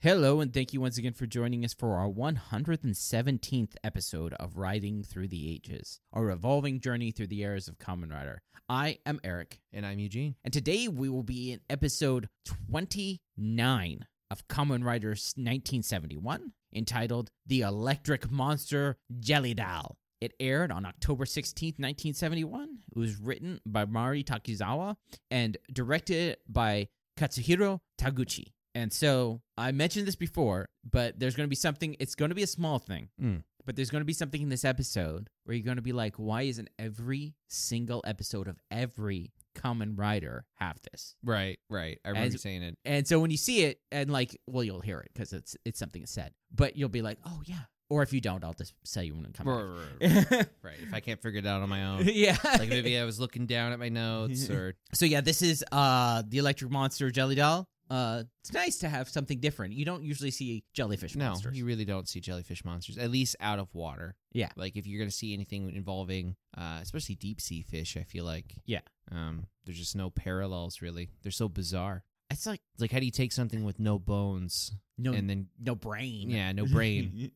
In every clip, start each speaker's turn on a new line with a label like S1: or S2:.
S1: Hello, and thank you once again for joining us for our 117th episode of Riding Through the Ages, our revolving journey through the eras of Common Rider. I am Eric,
S2: And I'm Eugene.
S1: and today we will be in episode 29 of Common Rider's 1971, entitled The Electric Monster Jelly-Dal. It aired on October 16th, 1971. It was written by Mari Takizawa and directed by Katsuhiro Taguchi. And so I mentioned this before, but there's going to be something, it's going to be a small thing,
S2: Mm.
S1: but there's going to be something in this episode where you're going to be like, why isn't every single episode of every Common Rider have this?
S2: Right, right. I remember
S1: As-
S2: saying it.
S1: And so when you see it, and like, well, you'll hear it because it's it's something that's said, but you'll be like, oh yeah. Or if you don't, I'll just tell you when it
S2: Right,
S1: comes.
S2: right, right,
S1: back.
S2: right. If I can't figure it out on my own,
S1: yeah.
S2: like maybe I was looking down at my notes or
S1: So yeah, this is uh the electric monster jelly doll. Uh, it's nice to have something different. You don't usually see jellyfish
S2: no,
S1: monsters.
S2: you really don't see jellyfish monsters at least out of water.
S1: Yeah.
S2: like if you're gonna see anything involving, uh, especially deep sea fish, I feel like
S1: Yeah.
S2: um, there's just no parallels really. They're so bizarre.
S1: It's like
S2: It's like how do you take something with no bones
S1: no
S2: and then
S1: no brain.
S2: yeah, no brain?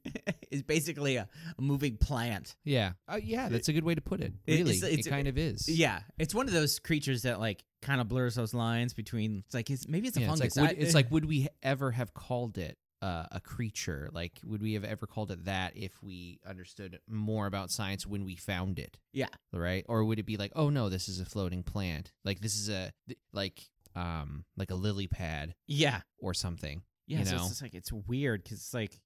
S1: it's basically a, a moving plant.
S2: yeah, uh, yeah, that's a good way to put it.
S1: It-
S2: Really,
S1: it's- it's-
S2: it kind of is.
S1: Yeah, it's one of those creatures that like kind of blurs those lines between. It's like it's maybe it's a
S2: Yeah,
S1: fungus.
S2: It's like,
S1: I- eh,
S2: would, it's like, would we ever have called it uh, a creature? Like, would we have ever called it that if we understood more about science when we found it?
S1: Yeah.
S2: Right? Or would it be like, oh no, this is a floating plant. Like this is a th- like um like a lily pad
S1: yeah,
S2: or something.
S1: yeah.
S2: you
S1: so it's
S2: know.
S1: just like it's weird because it's like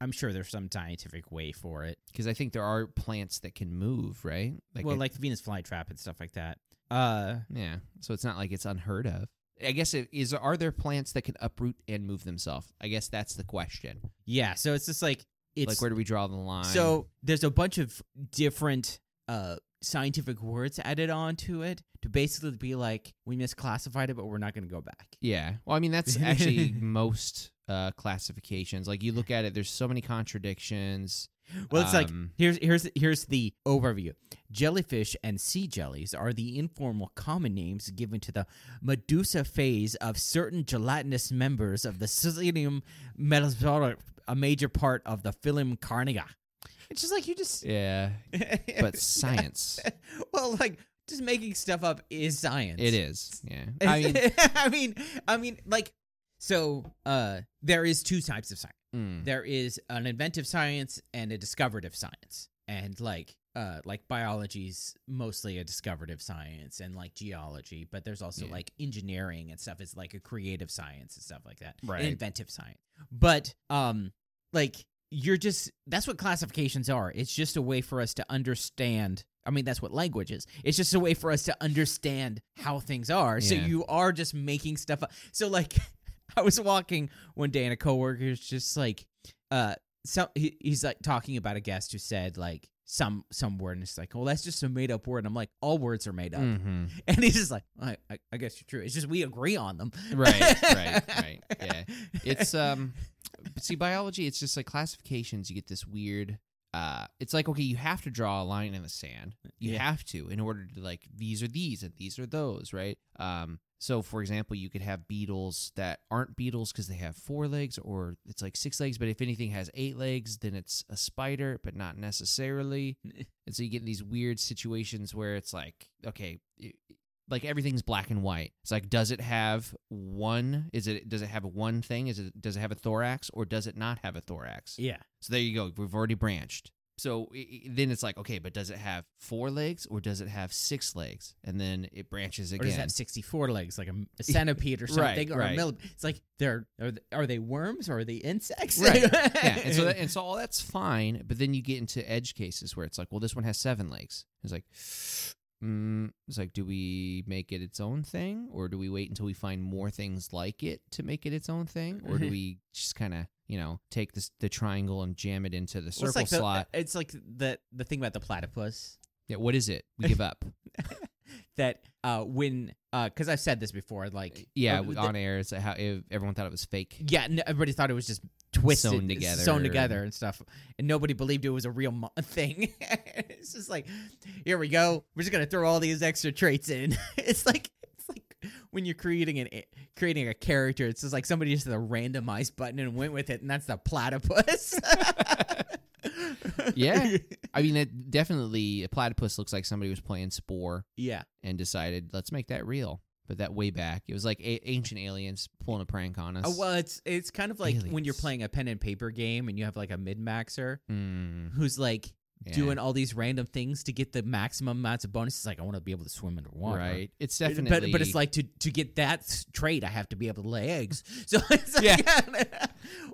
S1: I'm sure there's some scientific way for it.
S2: Because I think there are plants that can move, right?
S1: well,
S2: I-
S1: like the Venus flytrap and stuff like that. Uh,
S2: yeah. So it's not like it's unheard of. I guess it is. Are there plants that can uproot and move themselves? I guess that's the question.
S1: yeah. So it's just like it's
S2: like, where do we draw the line?
S1: So there's a bunch of different uh, scientific words added on to it to basically be like, we misclassified it, but we're not going to go back.
S2: Yeah. Well, I mean, that's actually most uh, classifications. Like you look at it, there's so many contradictions.
S1: Well, it's like
S2: Um,
S1: here's here's here's the overview. Jellyfish and sea jellies are the informal common names given to the medusa phase of certain gelatinous members of the Silurium metasauroid, a major part of the phylum Carnega. It's just like you just,
S2: yeah, but science,
S1: well, like just making stuff up is science.
S2: it is. Yeah. I mean,
S1: I mean, I mean, like, so uh, there is two types of science.
S2: mm,
S1: There is an inventive science and a discoverative science, and like, uh, like biology's mostly a discoverative science, and like geology, but there's also
S2: Yeah.
S1: like engineering and stuff is like a creative science and stuff like that, and
S2: Right.
S1: inventive science. But um, like you're just that's what classifications are. It's just a way for us to understand. I mean, that's what language is. It's just a way for us to understand how things are. So
S2: Yeah.
S1: you are just making stuff up. So like, I was walking one day and a coworker's just like, uh, some he, he's like talking about a guest who said like some some word and it's like, well, that's just a made up word. And I'm like, all words are made up.
S2: mhm.
S1: And he's just like, I, I, I guess you're true. It's just we agree on them.
S2: Mm-hmm. right, right, right. Yeah. It's um, but see, biology. It's just like classifications. You get this weird. Uh, it's like okay, you have to draw a line in the sand. You
S1: Yeah.
S2: have to in order to like these are these and these are those, right? Um, so for example, you could have beetles that aren't beetles because they have four legs, or it's like six legs. But if anything has eight legs, then it's a spider, but not necessarily. and so you get these weird situations where it's like, okay, i- like everything's black and white. It's like, does it have one? Is it does it have one thing? Is it does it have a thorax or does it not have a thorax?
S1: yeah.
S2: So there you go. We've already branched. So i i then it's like, okay, but does it have four legs or does it have six legs? And then it branches
S1: Or does it
S2: again.
S1: have 64 legs, like a, a centipede or
S2: Right,
S1: something, or a
S2: right.
S1: millipede? It's like, they're, are, they, are they worms or are they insects?
S2: Right. yeah, and so that, and so all that's fine, but then you get into edge cases where it's like, well, this one has seven legs. It's like, mm, it's like, do we make it its own thing, or do we wait until we find more things like it to make it its own thing, or do we just kind of, you know, take this the triangle and jam it into the
S1: Well,
S2: circle
S1: it's like the- uh,
S2: slot?
S1: it's like the, the thing about the platypus.
S2: yeah, what is it? We give up.
S1: that uh when uh because I've said this before, like
S2: yeah,
S1: uh,
S2: on air, it's how it, everyone thought it was fake.
S1: yeah, n- everybody thought it was just twisted,
S2: Sewn together.
S1: sewn together and stuff, and nobody believed it was a real mo- thing. it's just like, here we go, we're just gonna throw all these extra traits in. it's like, it's like, when you're creating an eh, creating a character, it's just like somebody just hit the randomized button and went with it, and that's the platypus.
S2: Yeah. I mean, it definitely a platypus looks like somebody was playing Spore
S1: yeah.
S2: and decided let's make that real. But that way back, it was like a- ancient aliens pulling a prank on us.
S1: Uh, well, it's it's kind of like when you're
S2: Aliens.
S1: playing a pen and paper game and you have like a mid maxer
S2: Mm,
S1: who's like
S2: yeah.
S1: doing all these random things to get the maximum amounts of bonuses. Like I want to be able to swim underwater.
S2: right. It's
S1: But- But,
S2: definitely,
S1: but it's like to, to get that s- trait, I have to be able to lay eggs. So it's like,
S2: Yeah.
S1: it's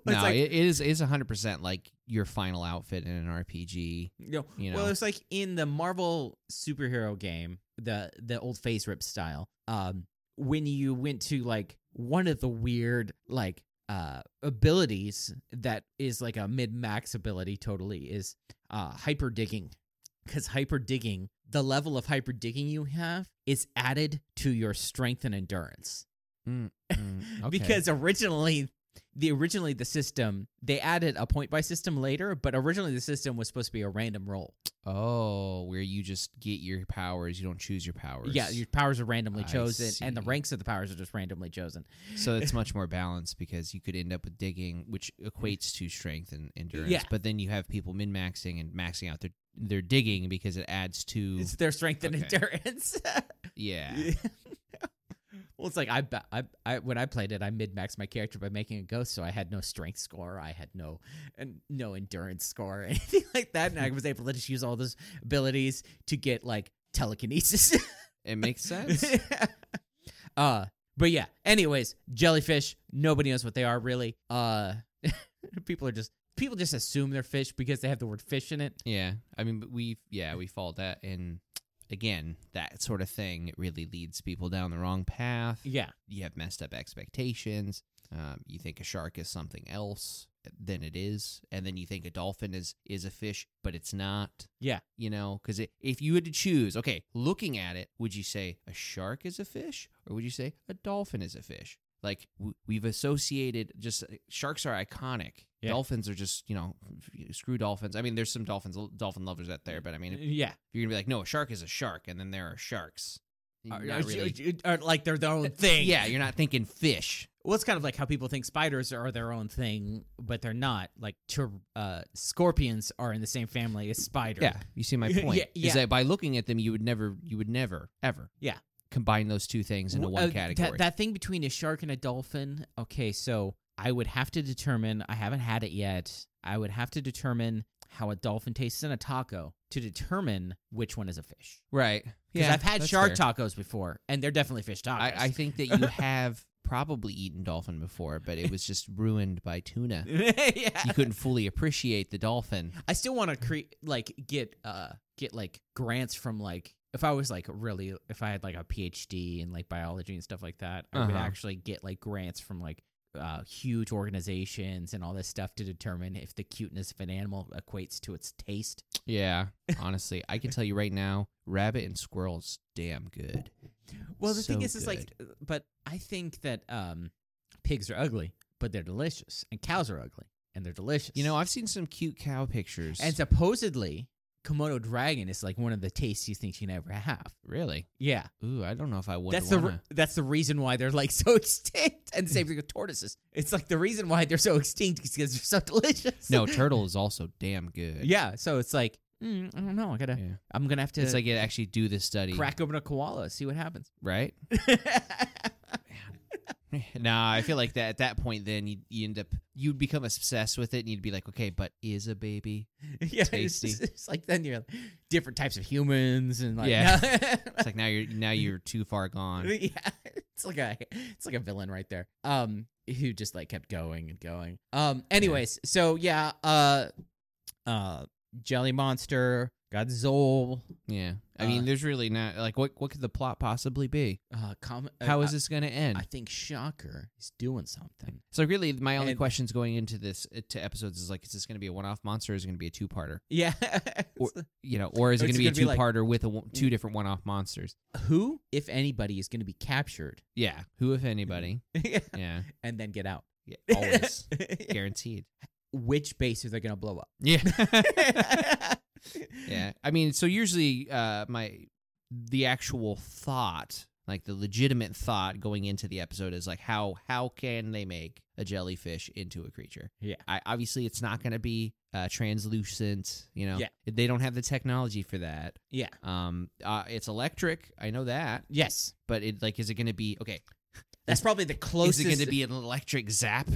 S2: no,
S1: like,
S2: it it is is hundred percent like your final outfit in an RPG.
S1: you know,
S2: you
S1: well,
S2: know.
S1: it's like in the Marvel superhero game, the the old face rip style. Um, when you went to like one of the weird like uh abilities that is like a mid max ability totally is uh hyper digging because hyper digging the level of hyper digging you have is added to your strength and endurance
S2: Mm, okay.
S1: because originally the originally the system they added a point by system later but originally the system was supposed to be a random roll
S2: oh, where you just get your powers, you don't choose your powers.
S1: yeah your powers are randomly
S2: I
S1: chosen and the
S2: see.
S1: ranks of the powers are just randomly chosen
S2: so it's much more balanced because you could end up with digging, which equates to strength and endurance.
S1: Yeah.
S2: But then you have people min maxing and maxing out their their digging because it adds to
S1: it's their strength and
S2: Okay.
S1: endurance
S2: yeah.
S1: well it's like I, ba- I i when i played it i mid-maxed my character by making a ghost so i had no strength score i had no and no endurance score or anything like that and i was able to just use all those abilities to get like telekinesis
S2: It makes sense.
S1: uh but yeah anyways jellyfish nobody knows what they are really uh people are just people just assume they're fish because they have the word fish in it
S2: yeah. I mean, but we yeah we fall that and again that sort of thing it really leads people down the wrong path.
S1: yeah
S2: you have messed up expectations. Um, you think a shark is something else than it is, and then you think a dolphin is is a fish, but it's not.
S1: Yeah.
S2: you know, because if you had to choose, okay, looking at it, would you say a shark is a fish, or would you say a dolphin is a fish? Like w- we've associated, just uh, sharks are iconic.
S1: Yeah.
S2: Dolphins are just you know, screw dolphins. I mean, there's some dolphins, dolphin lovers out there, but I mean, if
S1: yeah
S2: you're gonna be like, no, a shark is a shark, and then there are sharks.
S1: Or-
S2: Not
S1: or-
S2: really-
S1: or- or like they're their own thing
S2: Yeah, you're not thinking fish.
S1: well it's kind of like how people think spiders are their own thing but they're not like ter- uh scorpions are in the same family as spiders
S2: Yeah, you see my
S1: Yeah,
S2: point.
S1: yeah.
S2: Is that by looking at them, you would never, you would never, ever,
S1: Yeah.
S2: combine those two things into
S1: W-
S2: one
S1: uh, that-
S2: category.
S1: That, thing between a shark and a dolphin. Okay, so I would have to determine. I haven't had it yet. I would have to determine how a dolphin tastes in a taco to determine which one is a fish.
S2: right?
S1: Because
S2: Yeah,
S1: I've had
S2: that's
S1: shark
S2: fair.
S1: tacos before, and they're definitely fish tacos.
S2: I, I think that you have probably eaten dolphin before, but it was just ruined by tuna.
S1: yeah.
S2: You couldn't fully appreciate the dolphin.
S1: I still want to create like get uh get like grants from like if I was like really if I had like a PhD in like biology and stuff like that, I would
S2: Uh-huh.
S1: actually get like grants from like uh huge organizations and all this stuff to determine if the cuteness of an animal equates to its taste.
S2: Yeah, honestly, I can tell you right now, rabbit and squirrels, damn good.
S1: Well, the thing
S2: So
S1: is is like but I think that um pigs are ugly, but they're delicious and cows are ugly and they're delicious.
S2: You know, I've seen some cute cow pictures.
S1: and supposedly Komodo dragon is like one of the tastiest things you can ever have.
S2: really,
S1: Yeah.
S2: ooh, I don't know if I would.
S1: that's the
S2: wanna.
S1: re- that's the reason why they're like so extinct. And the same thing with tortoises. It's like the reason why they're so extinct is because they're so delicious.
S2: no turtle is also damn good.
S1: yeah. So it's like mm, I don't know. I gotta.
S2: Yeah.
S1: I'm gonna have to
S2: It's like it actually do this study,
S1: crack open a koala, see what happens.
S2: right? nah, I feel like that at that point, then you, you end up you'd become obsessed with it, and you'd be like, okay, but is a baby?
S1: yeah, it's,
S2: Tasty.
S1: just- it's like then you're different types of humans and like
S2: Yeah. It's like now you're now you're too far gone.
S1: yeah, it's like a it's like a villain right there. Um, who just like kept going and going. Um, anyways, so yeah, uh, uh, Jelly Monster got Zol.
S2: Yeah, I mean,
S1: Uh,
S2: there's really not like what what could the plot possibly be?
S1: Uh, com- uh,
S2: How
S1: I-
S2: is this going to end?
S1: I think Shocker is doing something.
S2: so really, my only
S1: and-
S2: questions going into this uh, to episodes is like, is this going to be a one-off monster? Or is it going to be a two-parter?
S1: Yeah.
S2: You know, or is it
S1: It's
S2: going to be a
S1: gonna be like- mm.
S2: two-parter with a, one- two different one-off monsters?
S1: Who, if anybody, is going to be captured
S2: Yeah, who if anybody?
S1: Mm-hmm.
S2: Yeah,
S1: and then get out?
S2: yeah always guaranteed.
S1: Which base are they going to blow up?
S2: Yeah. yeah i mean so usually uh my the actual thought Like the legitimate thought going into the episode is like how how can they make a jellyfish into a creature?
S1: Yeah.
S2: I, obviously it's not going to be uh, translucent. You know,
S1: Yeah.
S2: they don't have the technology for that.
S1: Yeah.
S2: Um, uh, it's electric. I know that,
S1: Yes.
S2: but it like is it going to be okay?
S1: That's probably the closest.
S2: Is it going to be an electric zap,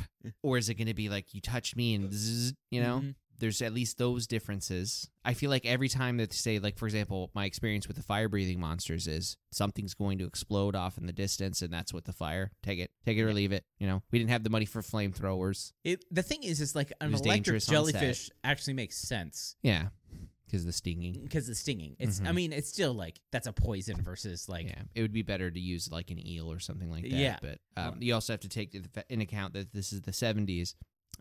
S2: or is it going to be like you touch me and zzz, you know?
S1: Mhm.
S2: There's at least those differences. I feel like every time that say like for example, my experience with the fire breathing monsters is something's going to explode off in the distance, and that's what the fire. Take it, take it or leave it. You know, we didn't have the money for flamethrowers.
S1: It, the thing is, is like an
S2: was
S1: electric
S2: dangerous on set.
S1: jellyfish actually makes sense
S2: Yeah, because the stinging.
S1: because it's stinging. It's. I
S2: Mhm.
S1: mean, it's still like that's a poison versus like.
S2: yeah, it would be better to use like an eel or something like that.
S1: Yeah.
S2: but
S1: Well-
S2: um, you also have to take the fa- in account that this is the '70s.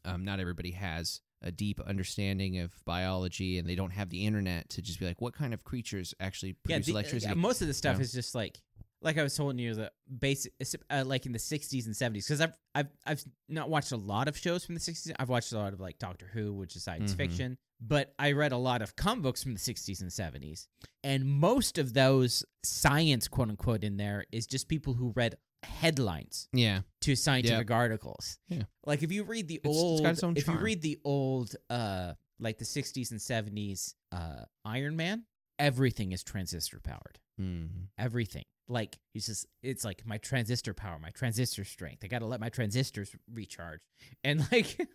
S2: Um, not everybody has a deep understanding of biology, and they don't have the internet to just be like, what kind of creatures actually
S1: Yeah,
S2: produce
S1: the- uh,
S2: electricity?
S1: yeah, most of the stuff
S2: Yeah.
S1: is just like, like I was telling you, the basic, uh, like in the '60s and '70s. Because I've, I've, I've not watched a lot of shows from the '60s. I've watched a lot of like Doctor Who, which is science
S2: Mhm.
S1: fiction, but I read a lot of comic books from the '60s and '70s, and most of those science, quote unquote, in there is just people who read headlines
S2: yeah,
S1: to scientific articles.
S2: Yeah.
S1: Like if you read the
S2: It's-
S1: old
S2: it's got its own
S1: if you
S2: charm.
S1: read the old uh like the 60s and 70s uh Iron Man, everything is transistor powered.
S2: Mm.
S1: Everything. Like he's just it's like my transistor power, my transistor strength. I got to let my transistors recharge. And like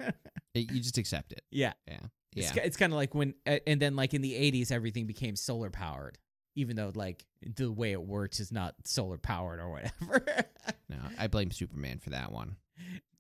S2: It- you just accept it.
S1: yeah,
S2: Yeah,
S1: it's, ki- it's kind of like when a- and then like in the 80s everything became solar powered. Even though like the way it works is not solar powered or whatever.
S2: no, I blame Superman for that one.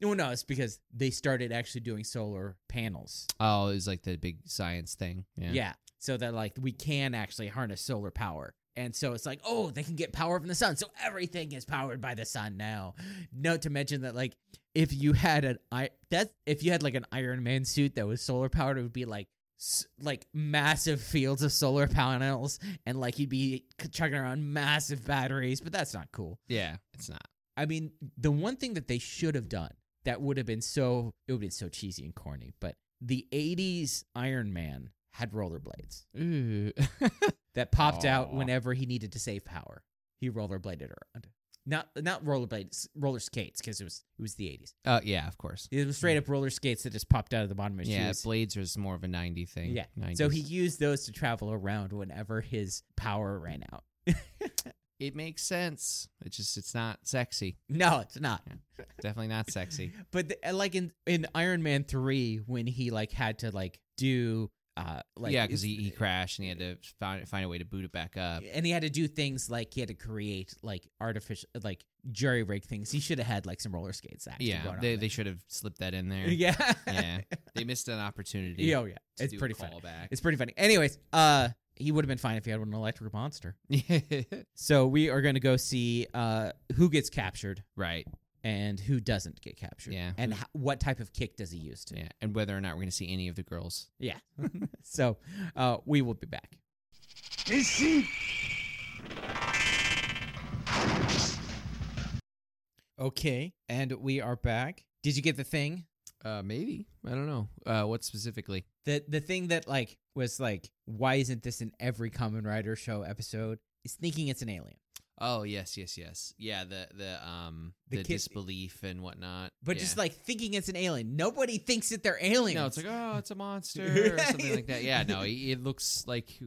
S1: No, no, it's because they started actually doing solar panels.
S2: Oh, it was like the big science thing.
S1: Yeah.
S2: Yeah,
S1: So that like we can actually harness solar power. And so it's like, oh, they can get power from the sun. So everything is powered by the sun now. Not to mention that like if you had an i that if you had like an Iron Man suit that was solar powered, it would be like s- like massive fields of solar panels and like you'd be chugging around massive batteries, but that's not cool.
S2: yeah, it's not.
S1: I mean, the one thing that they should have done that would have been so it would have been so cheesy and corny, but the '80s Iron Man had rollerblades
S2: Ooh.
S1: that popped out
S2: Aw.
S1: whenever he needed to save power. He rollerbladed around, not not rollerblades, roller skates, because it was it was the '80s.
S2: uh, yeah, of course.
S1: It was straight up roller skates that just popped out of the bottom of his
S2: Hmm. Yeah,
S1: shoes.
S2: blades is more of a ninety thing.
S1: Yeah,
S2: 90s.
S1: so he used those to travel around whenever his power ran out.
S2: it makes sense. It just it's not sexy.
S1: No, it's not.
S2: Definitely not sexy.
S1: But the, like in in Iron Man three, when he like had to like do uh like
S2: yeah, because
S1: it's-
S2: he, he crashed and he had to find find a way to boot it back up.
S1: Uh, and he had to do things like he had to create like artificial like jerry rig things. He should have had like some roller skates. Actually
S2: Yeah,
S1: going on
S2: they
S1: there.
S2: they should have slipped that in there.
S1: yeah,
S2: yeah. They missed an opportunity.
S1: yeah, oh, yeah.
S2: to
S1: It's
S2: do a
S1: pretty funny.
S2: callback.
S1: It's pretty funny. Anyways, uh, he would have been fine if he had an electric monster. So we are gonna go see uh who gets captured
S2: right.
S1: and who doesn't get captured.
S2: Yeah.
S1: and ho- what type of kick does he use to?
S2: Yeah, and whether or not we're gonna see any of the girls.
S1: Yeah. so uh, we will be back. Okay, and we are back. Did you get the thing?
S2: Uh, maybe I don't know. Uh, what specifically?
S1: The the thing that like was like, why isn't this in every Common Rider show episode? Is thinking it's an alien,
S2: Oh yes, yes, yes. Yeah, the the um
S1: The
S2: the,
S1: kid-
S2: disbelief and whatnot.
S1: but
S2: yeah.
S1: just like thinking it's an alien. Nobody thinks that they're aliens.
S2: no, it's like oh, it's a monster or something like that. Yeah, no, it, it looks like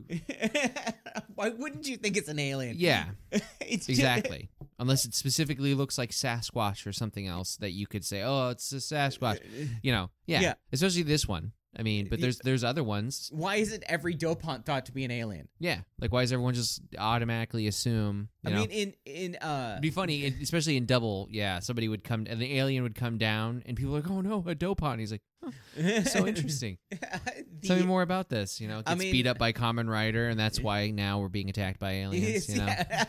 S1: why wouldn't you think it's an alien?
S2: yeah.
S1: it's ju-
S2: Exactly. Unless it specifically looks like Sasquatch or something else that you could say, oh, it's a Sasquatch. You know, yeah.
S1: Yeah.
S2: Especially this one. I mean, but
S1: Y-
S2: there's there's other ones.
S1: Why isn't every dopant thought to be an alien?
S2: Yeah. Like, why does everyone just automatically assume? You
S1: I
S2: know?
S1: mean, in in uh,
S2: It'd be funny, it- especially in double. Yeah, somebody would come and the alien would come down, and people are like, "Oh no, a dopant." He's like, "So interesting.
S1: the-
S2: Tell me more about this." You know, gets
S1: I mean-
S2: beat up by common rider, and that's why now we're being attacked by aliens. You know,
S1: Yeah.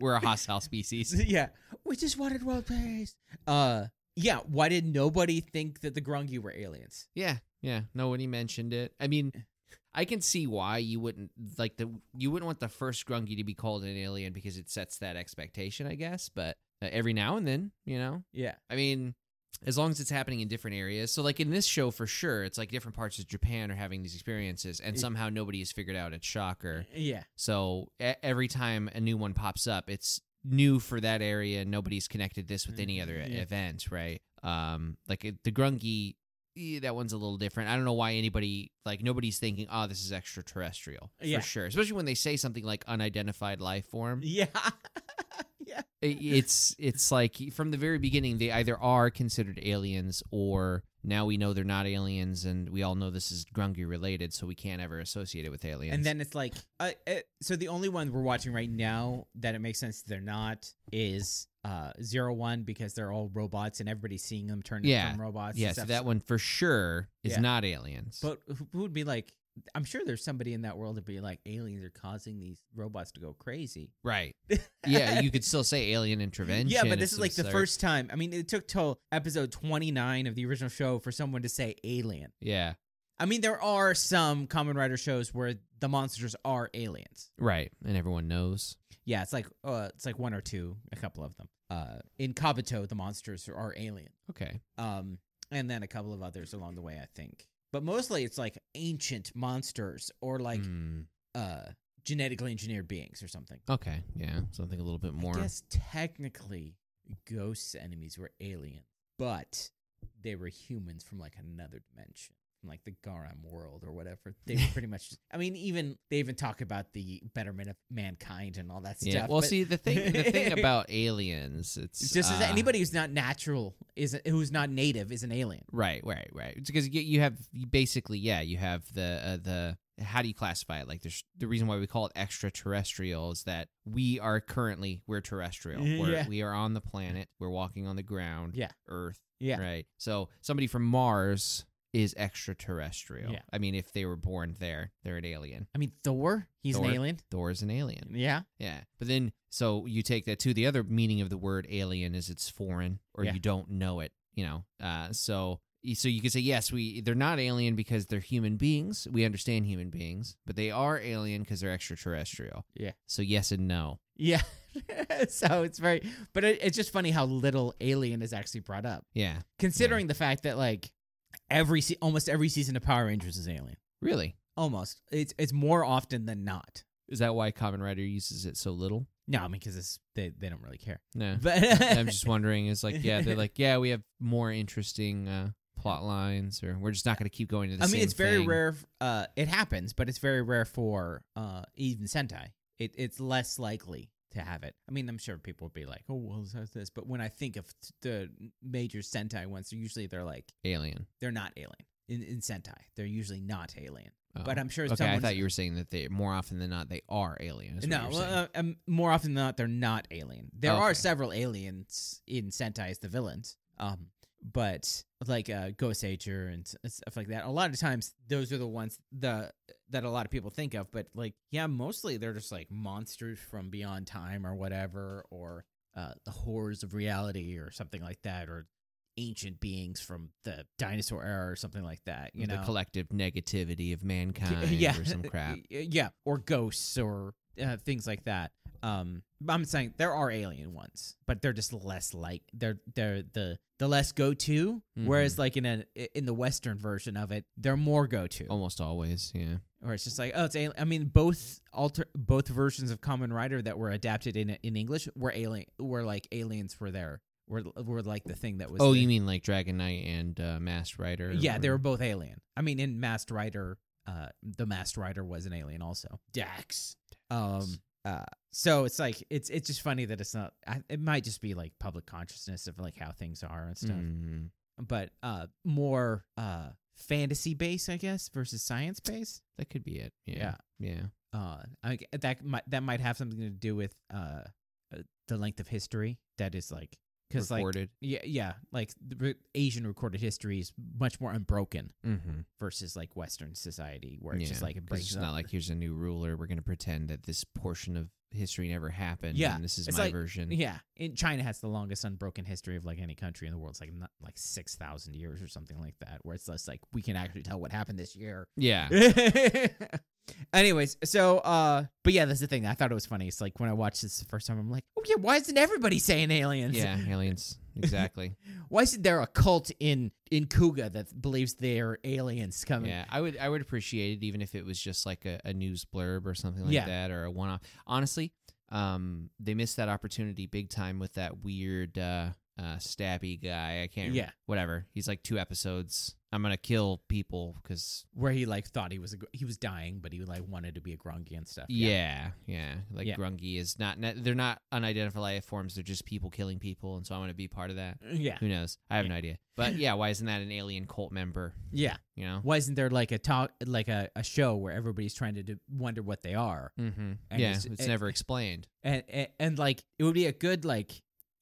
S2: we're a hostile species.
S1: Yeah. we just wanted world peace. Uh, yeah. Why did nobody think that the Grungy were aliens?
S2: Yeah, yeah. Nobody mentioned it. I mean, I can see why you wouldn't like the you wouldn't want the first Grungy to be called an alien because it sets that expectation, I guess. But uh, every now and then, you know,
S1: Yeah.
S2: I mean, as long as it's happening in different areas. So, like in this show, for sure, it's like different parts of Japan are having these experiences, and
S1: Yeah.
S2: somehow nobody has figured out it's shocker.
S1: Yeah.
S2: So e- every time a new one pops up, it's new for that area. Nobody's connected this with any other
S1: Mm-hmm. Yeah.
S2: event, right? Um, like it, the Grungy, eh, that one's a little different. I don't know why anybody like nobody's thinking, oh, this is extraterrestrial
S1: Yeah.
S2: for sure. Especially when they say something like unidentified life form.
S1: Yeah. yeah.
S2: I- It's it's like from the very beginning they either are considered aliens or now we know they're not aliens and we all know this is Grungy related, so we can't ever associate it with aliens.
S1: And then it's like, uh, uh, so the only one we're watching right now that it makes sense they're not is uh Zero One because they're all robots and everybody's seeing them turn
S2: Yeah.
S1: from robots. and
S2: yeah, so
S1: stuff.
S2: that one for sure is
S1: Yeah.
S2: not aliens.
S1: But who- who would be like? I'm sure there's somebody in that world that'd be like, aliens are causing these robots to go crazy.
S2: Right. Yeah, you could still say alien intervention.
S1: Yeah, but
S2: and
S1: this is
S2: some
S1: like the
S2: sort-
S1: first time. I mean, it took till episode 29 of the original show for someone to say alien.
S2: Yeah.
S1: I mean, there are some Common Rider shows where the monsters are aliens.
S2: Right. And everyone knows.
S1: Yeah, it's like uh, it's like one or two, a couple of them. Uh, in Kabuto, the monsters are alien.
S2: Okay.
S1: Um, and then a couple of others along the way, I think. But mostly, it's like ancient monsters or like
S2: Hmm,
S1: uh, genetically engineered beings or something.
S2: okay. Yeah. Something a little bit more.
S1: I guess technically ghosts' enemies were alien, but they were humans from like another dimension, from like the Garam world or whatever. They were pretty much. I mean, even they even talk about the betterment of mankind and all that
S2: yeah.
S1: stuff.
S2: well,
S1: but
S2: see, the thing the thing about aliens, it's
S1: it's just as
S2: uh,
S1: anybody who's not natural is who's not native is an alien.
S2: Right, right, right. It's because you, you have you basically, yeah, you have the uh, the how do you classify it? Like there's the reason why we call it extraterrestrial is that we are currently we're terrestrial.
S1: Yeah.
S2: We're, We are on the planet. We're walking on the ground.
S1: Yeah.
S2: Earth.
S1: Yeah.
S2: Right. So somebody from Mars is extraterrestrial.
S1: Yeah.
S2: I mean, if they were born there, they're an alien.
S1: I mean, Thor, he's
S2: Thor.
S1: an alien.
S2: Thor is an alien.
S1: Yeah,
S2: Yeah. But then, so you take that too. The other meaning of the word alien is it's foreign or
S1: Yeah.
S2: you don't know it, you know? Uh, so. So you could say yes, we they're not alien because they're human beings. We understand human beings, but they are alien because they're extraterrestrial.
S1: Yeah.
S2: So yes and no.
S1: yeah. so it's very, but it, it's just funny how little alien is actually brought up.
S2: Yeah.
S1: considering the fact that like every se- almost every season of Power Rangers is alien.
S2: Really?
S1: Almost, it's it's more often than not.
S2: Is that why Common Rider uses it so little?
S1: No, I mean because it's they they don't really care.
S2: No.
S1: But
S2: I'm just wondering. Is like, yeah, they're like, yeah, we have more interesting uh, plot lines, or we're just not going to keep going to the
S1: I
S2: same.
S1: mean it's very
S2: thing.
S1: rare. f- Uh, it happens, but it's very rare for uh even Sentai. It it's less likely to have it. I mean, I'm sure people would be like, oh well, how's this? But when I think of t- the major Sentai ones, they're usually they're like
S2: Alien.
S1: they're not alien in, in Sentai. They're usually not alien.
S2: Oh.
S1: But I'm sure
S2: okay, I
S1: someone's-
S2: thought you were saying that they more often than not they are alien. is what
S1: No,
S2: you're saying.
S1: well, uh, um, more often than not, they're not alien. There
S2: Okay.
S1: are several aliens in Sentai as the villains, um, but like uh, Ghost Ager and s- stuff like that. A lot of times, those are the ones the that a lot of people think of. But like, yeah, mostly they're just like monsters from beyond time or whatever, or uh, the horrors of reality or something like that, or ancient beings from the dinosaur era or something like that. You
S2: the
S1: know,
S2: collective negativity of mankind or some crap.
S1: Yeah, or ghosts or uh, things like that. Um, but I'm saying there are alien ones, but they're just less like they're they're the the less go to.
S2: Mm-hmm.
S1: Whereas like in a in the Western version of it, they're more go to.
S2: Almost always, yeah.
S1: Or it's just like oh, it's alien. I mean, both alter both versions of Common Rider that were adapted in in English were alien were like aliens were there were were like the thing that was.
S2: Oh,
S1: the-
S2: you mean like Dragon Knight and uh, Masked Rider? or
S1: yeah, they
S2: whatever?
S1: were both alien. I mean, in Masked Rider, uh, the Masked Rider was an alien also. Dax. Um. Uh. So it's like it's it's just funny that it's not. I, it might just be like public consciousness of like how things are and stuff.
S2: Mm,
S1: But uh, more uh fantasy based, I guess, versus science based.
S2: that could be it. Yeah, yeah.
S1: Uh, I, g- that might that might have something to do with uh uh, the length of history that is like because like
S2: Recorded.
S1: yeah yeah like the re- Asian recorded history is much more unbroken
S2: mm-hmm.
S1: versus like Western society where it's just like it
S2: because
S1: breaks
S2: it's
S1: up.
S2: not like here's a new ruler. We're gonna pretend that this portion of history never happened.
S1: Yeah,
S2: and this is
S1: it's
S2: my
S1: like-
S2: version.
S1: yeah, and China has the longest unbroken history of like any country in the world. It's like not, like six thousand years or something like that, where it's less like we can actually tell what happened this year.
S2: Yeah,
S1: Anyways, so uh, but yeah, that's the thing. I thought it was funny. It's like when I watched this the first time, I'm like, oh yeah, why isn't everybody saying aliens?
S2: yeah. Aliens, exactly.
S1: Why isn't there a cult in in Kuga that believes they're aliens coming?
S2: yeah, I would I would appreciate it even if it was just like a, a news blurb or something like
S1: Yeah.
S2: that or a one off. Honestly, Um, they missed that opportunity big time with that weird uh, uh, stabby guy. I can't.
S1: Yeah.
S2: Whatever. He's like two episodes. I'm gonna kill people because
S1: where he like thought he was a, gr- he was dying, but he like wanted to be a grungy and stuff.
S2: yeah. yeah, Like
S1: Yeah.
S2: Grungy is not. ne- They're not unidentified life forms. They're just people killing people, and so I'm gonna be part of that.
S1: yeah,
S2: Who knows? I have
S1: Yeah.
S2: no idea. But yeah, why isn't that an alien cult member?
S1: yeah.
S2: You know.
S1: Why isn't there like a talk, like a, a show where everybody's trying to d- wonder what they are?
S2: Mm-hmm.
S1: And
S2: Yeah,
S1: it's-
S2: it's,
S1: it-
S2: never explained.
S1: and, and and like it would be a good like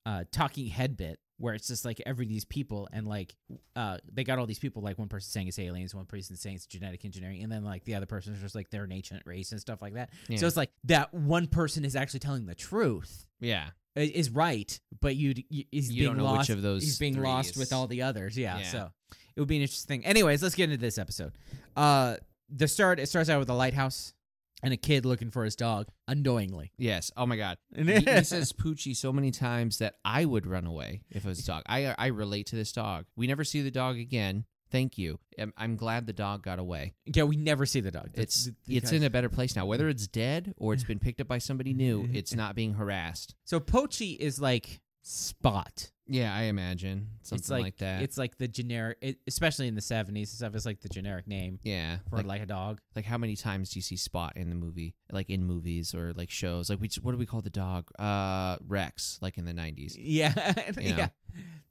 S1: uh talking head bit where it's just like every these people and like uh they got all these people like one person saying it's aliens one person saying it's genetic engineering and then like the other person's just like they're an ancient race and stuff like that
S2: Yeah.
S1: so it's like that one person is actually telling the truth
S2: yeah,
S1: i- is right but you'd y- he's
S2: you
S1: being
S2: don't know
S1: lost
S2: which of those
S1: he's being
S2: three
S1: lost
S2: is-
S1: with all the others yeah,
S2: Yeah.
S1: so it would be an interesting thing anyways let's get into this episode uh the start it starts out with a lighthouse and a kid looking for his dog unknowingly
S2: Yes. Oh my God. He, he says Poochie so many times that I would run away if it was a dog. I I relate to this dog. We never see the dog again. Thank you. I'm, I'm glad the dog got away.
S1: Yeah, we never see the dog.
S2: It's it's in a better place now. Whether it's dead or it's been picked up by somebody new, it's not being harassed.
S1: so Pochi is like spot.
S2: Yeah, I imagine something
S1: it's
S2: like,
S1: like,
S2: that.
S1: It's like the generic, it, especially in the seventies and stuff. It's like the generic name
S2: yeah,
S1: for
S2: like,
S1: like, a dog.
S2: like how many times do you see Spot in the movie, like in movies or like shows? Like we just, what do we call the dog? Uh, Rex, like in the nineties.
S1: Yeah, yeah.
S2: Yeah.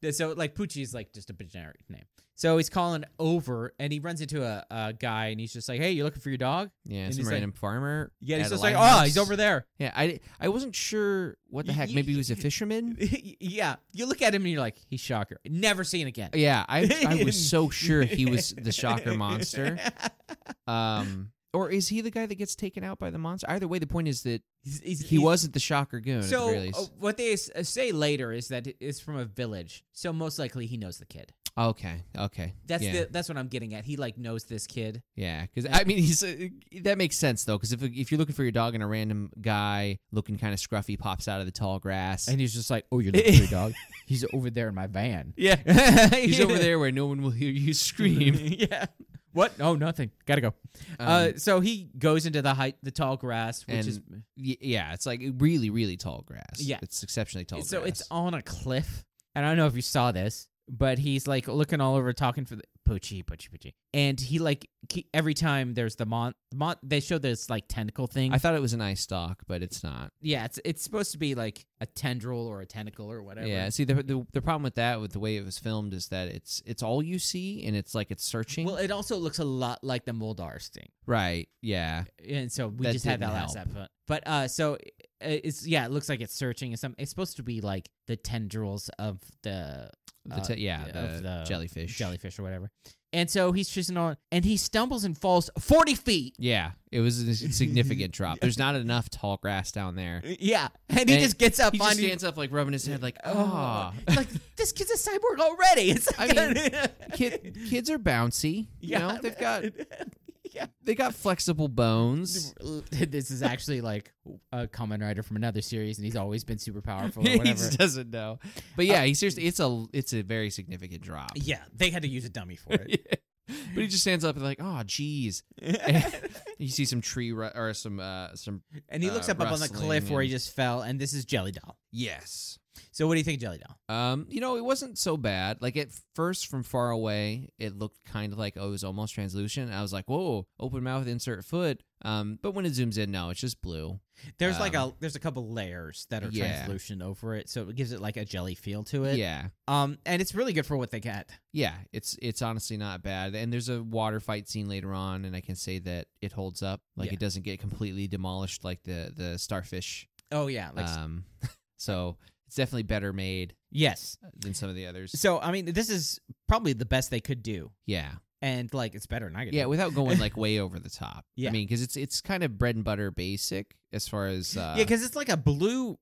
S1: Th- So like Poochie is like just a generic name. So he's calling over and he runs into a, a guy and he's just like, "Hey, you looking for your dog?"
S2: Yeah,
S1: And he's
S2: some
S1: like-
S2: random farmer.
S1: Yeah, he's
S2: at a
S1: just like, "Oh,
S2: lighthouse.
S1: he's over there."
S2: Yeah, I, I wasn't sure what the
S1: Y-
S2: heck.
S1: y-
S2: Maybe he was a fisherman.
S1: yeah, you look at him and you're like, "He's shocker. Never seen again."
S2: Yeah, I I was so sure he was the shocker monster. Um, or is he the guy that gets taken out by the monster? Either way, the point is that
S1: He's- he's-
S2: he
S1: he's-
S2: wasn't the shocker goon. at the
S1: So
S2: very least.
S1: uh, what they s- uh, say later is that it- it's from a village, so most likely he knows the kid.
S2: okay, okay,
S1: oh, That's
S2: yeah,
S1: the, that's what I'm getting at. He like knows this kid.
S2: yeah. Because I mean, he's uh, that makes sense though. Because if if you're looking for your dog and a random guy looking kind of scruffy pops out of the tall grass,
S1: he's just like, "Oh, you're dog? He's over there in my van.
S2: yeah,
S1: he's
S2: he's over there where no one will hear you scream.
S1: yeah. What? Oh, nothing. Gotta go. uh,
S2: Um,
S1: so he goes into the height, the tall grass, which is
S2: Y- yeah, it's like really, really tall grass.
S1: Yeah.
S2: it's exceptionally tall.
S1: so
S2: grass.
S1: it's on a cliff. And I don't know if you saw this, but he's like looking all over, talking for the Poochie, Poochie, Poochie, and he like ke- every time there's the mon, mon they show this like tentacle thing.
S2: I thought it was an ice stock, but it's not.
S1: Yeah, it's it's supposed to be like a tendril or a tentacle or whatever.
S2: Yeah. See, the, the the problem with that, with the way it was filmed, is that it's it's all you see, and it's like it's searching.
S1: Well, it also looks a lot like the Moldar's thing,
S2: right. Yeah.
S1: and so we
S2: That
S1: just had that
S2: didn't
S1: last
S2: help.
S1: episode. But uh, so i- it's yeah, it looks like it's searching and something. It's supposed to be like the tendrils of the
S2: The
S1: Uh,
S2: te- yeah.
S1: yeah,
S2: The,
S1: of the
S2: jellyfish.
S1: jellyfish or whatever. And so he's chasing on, and he stumbles and falls forty feet.
S2: Yeah. It was a significant drop. There's not enough tall grass down there.
S1: Yeah, and he
S2: And
S1: just gets up.
S2: He just
S1: finding-
S2: stands up, like rubbing his head,
S1: Oh.
S2: like ah.
S1: like this kid's a cyborg already. It's
S2: I
S1: like
S2: Kid, kids are bouncy. You know, they've got they got flexible bones.
S1: this is actually like a common writer from another series, and he's always been super powerful or
S2: he
S1: whatever. Uh,
S2: just doesn't know. But yeah, he seriously, it's a it's a very significant drop.
S1: yeah, they had to use a dummy for it.
S2: But he just stands up and like, oh, geez. you see some tree ru- or some uh some
S1: and he looks
S2: Uh,
S1: up, up on the
S2: rustling
S1: cliff where he
S2: and-
S1: just fell, and this is Jelly Doll.
S2: yes.
S1: So, what do you think, of Jelly Doll?
S2: Um, you know, it wasn't so bad. Like at first, from far away, it looked kind of like oh, it was almost translucent. I was like, whoa, open mouth, insert foot. Um, but when it zooms in, no, it's just blue.
S1: There's like a
S2: Um,
S1: there's a couple layers that are
S2: yeah.
S1: translucent over it, so it gives it like a jelly feel to it.
S2: yeah,
S1: Um, and it's really good for what they get.
S2: yeah, it's it's honestly not bad. And there's a water fight scene later on, and I can say that it holds up. Like
S1: Yeah.
S2: it doesn't get completely demolished like the the starfish.
S1: Oh yeah, like
S2: Um, so it's definitely better made uh,
S1: yes.
S2: than some of the others.
S1: So I mean, this is probably the best they could do,
S2: Yeah,
S1: and like it's better than I could.
S2: yeah,
S1: do.
S2: without going like way over the top.
S1: Yeah.
S2: I mean, because it's it's kind of bread and butter basic as far as uh,
S1: Yeah, because it's like a blue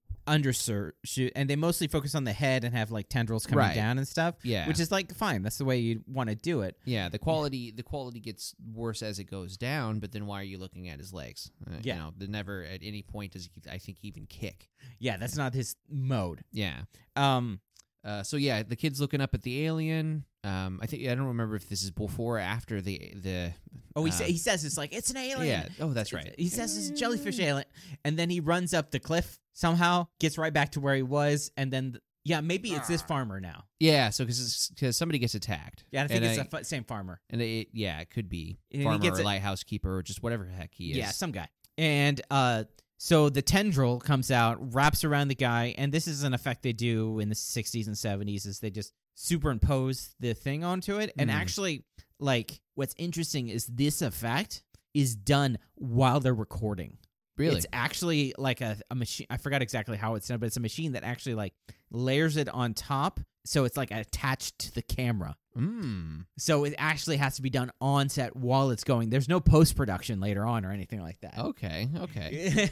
S1: undershoot, and they mostly focus on the head and have like tendrils coming
S2: Right.
S1: down and stuff,
S2: yeah,
S1: which is like fine. That's the way you want to do it.
S2: yeah. The quality the quality gets worse as it goes down, but then why are you looking at his legs? Uh,
S1: Yeah.
S2: you know, the never at any point does he, I think even kick.
S1: Yeah, that's not his mode.
S2: Yeah,
S1: Um,
S2: Uh, so yeah, the kid's looking up at the alien. Um, I think I don't remember if this is before or after the the.
S1: Oh, he,
S2: um,
S1: sa- he says it's like, it's an alien.
S2: yeah. Oh, that's
S1: It's-
S2: right.
S1: He says it's a jellyfish alien, and then he runs up the cliff somehow, gets right back to where he was, and then th- yeah, maybe it's this
S2: Ah.
S1: farmer now.
S2: Yeah, so because somebody gets attacked.
S1: Yeah, I think
S2: and
S1: it's the f- same farmer.
S2: and it, yeah, it could be
S1: And he
S2: farmer
S1: gets
S2: or
S1: it-
S2: lighthouse keeper or just whatever the heck he is.
S1: Yeah, some guy. And uh, so the tendril comes out, wraps around the guy, and this is an effect they do in the '60s and '70s is they just superimpose the thing onto it. And
S2: Hmm.
S1: actually, like, what's interesting is this effect is done while they're recording.
S2: really.
S1: It's actually like a, a machine. I forgot exactly how it's done, but it's a machine that actually like layers it on top. So it's like attached to the camera.
S2: Mm.
S1: So it actually has to be done on set while it's going. There's no post production later on or anything like that.
S2: Okay. Okay.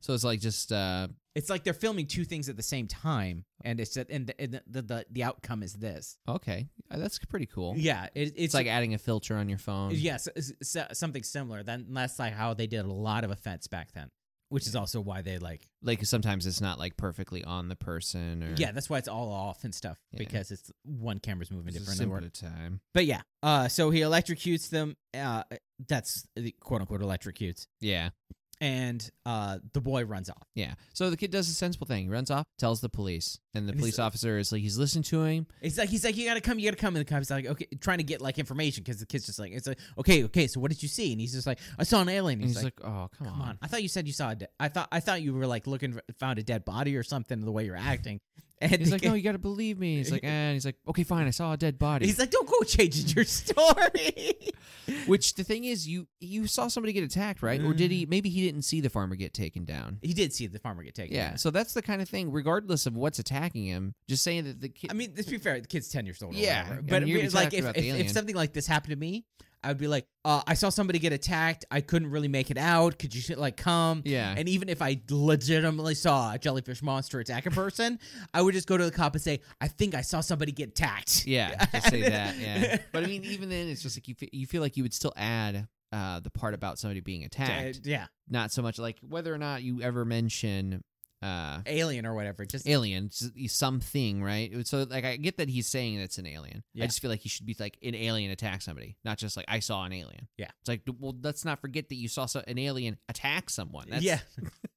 S2: So it's like just uh,
S1: it's like they're filming two things at the same time, and it's just, and, the, and the- the, the the outcome is this.
S2: okay. Uh, That's pretty cool.
S1: Yeah, it, it's,
S2: It's like um, adding a filter on your phone.
S1: yes, s s- something similar. Then that's like how they did a lot of effects back then, which is also why they like
S2: Like sometimes it's not like perfectly on the person or
S1: Yeah, that's why it's all off and stuff
S2: Yeah.
S1: because it's one camera's moving
S2: it's a
S1: different. than the
S2: simpler
S1: other.
S2: time.
S1: But yeah, uh, so he electrocutes them. Uh, that's the quote unquote electrocutes,
S2: Yeah.
S1: and uh, the boy runs off.
S2: Yeah. So the kid does a sensible thing. He runs off, tells the police, and the
S1: And he's-
S2: police officer is like, he's listening to him.
S1: It's like he's like, you gotta come, you gotta come, and the cop's like, okay, trying to get like information because the kid's just like, it's like, okay, okay, so what did you see? And he's just like, I saw an alien.
S2: And
S1: And
S2: he's,
S1: he's, like,
S2: like, oh, come,
S1: come on, I thought you said you saw a. De- I thought I thought you were like looking, for- found a dead body or something. The way you're acting, and
S2: He's
S1: the
S2: like,
S1: kid-
S2: no, you got to believe me. He's like, eh. and he's like, okay, fine. I saw a dead body.
S1: he's like, don't go changing your story.
S2: Which the thing is, you you saw somebody get attacked, right? Or
S1: Mm.
S2: did he? Maybe he didn't see the farmer get taken down.
S1: he did see the farmer get taken.
S2: Yeah. So that's the kind of thing. Regardless of what's attacking him, just saying that the kid.
S1: I mean, let's be fair. The kid's ten years old. Or
S2: Yeah,
S1: whatever.
S2: I
S1: but
S2: mean, you're
S1: we-
S2: just
S1: like
S2: talking
S1: if,
S2: about the
S1: if, if
S2: alien.
S1: something like this happened to me, I would be like, uh, I saw somebody get attacked. I couldn't really make it out. Could you like come?
S2: yeah.
S1: And even if I legitimately saw a jellyfish monster attack a person, I would just go to the cop and say, I think I saw somebody get attacked.
S2: yeah. Just say that. Yeah. But I mean, even then, it's just like you fe- you feel like you would still add uh, the part about somebody being attacked.
S1: Uh, yeah,
S2: not so much like whether or not you ever mention uh
S1: alien or whatever. Just
S2: alien s- something right so like i get that he's saying that's an alien
S1: Yeah.
S2: i just feel like he should be like an alien attack somebody not just like i saw an alien
S1: Yeah.
S2: it's like d- well let's not forget that you saw so- an alien attack someone that's,
S1: yeah,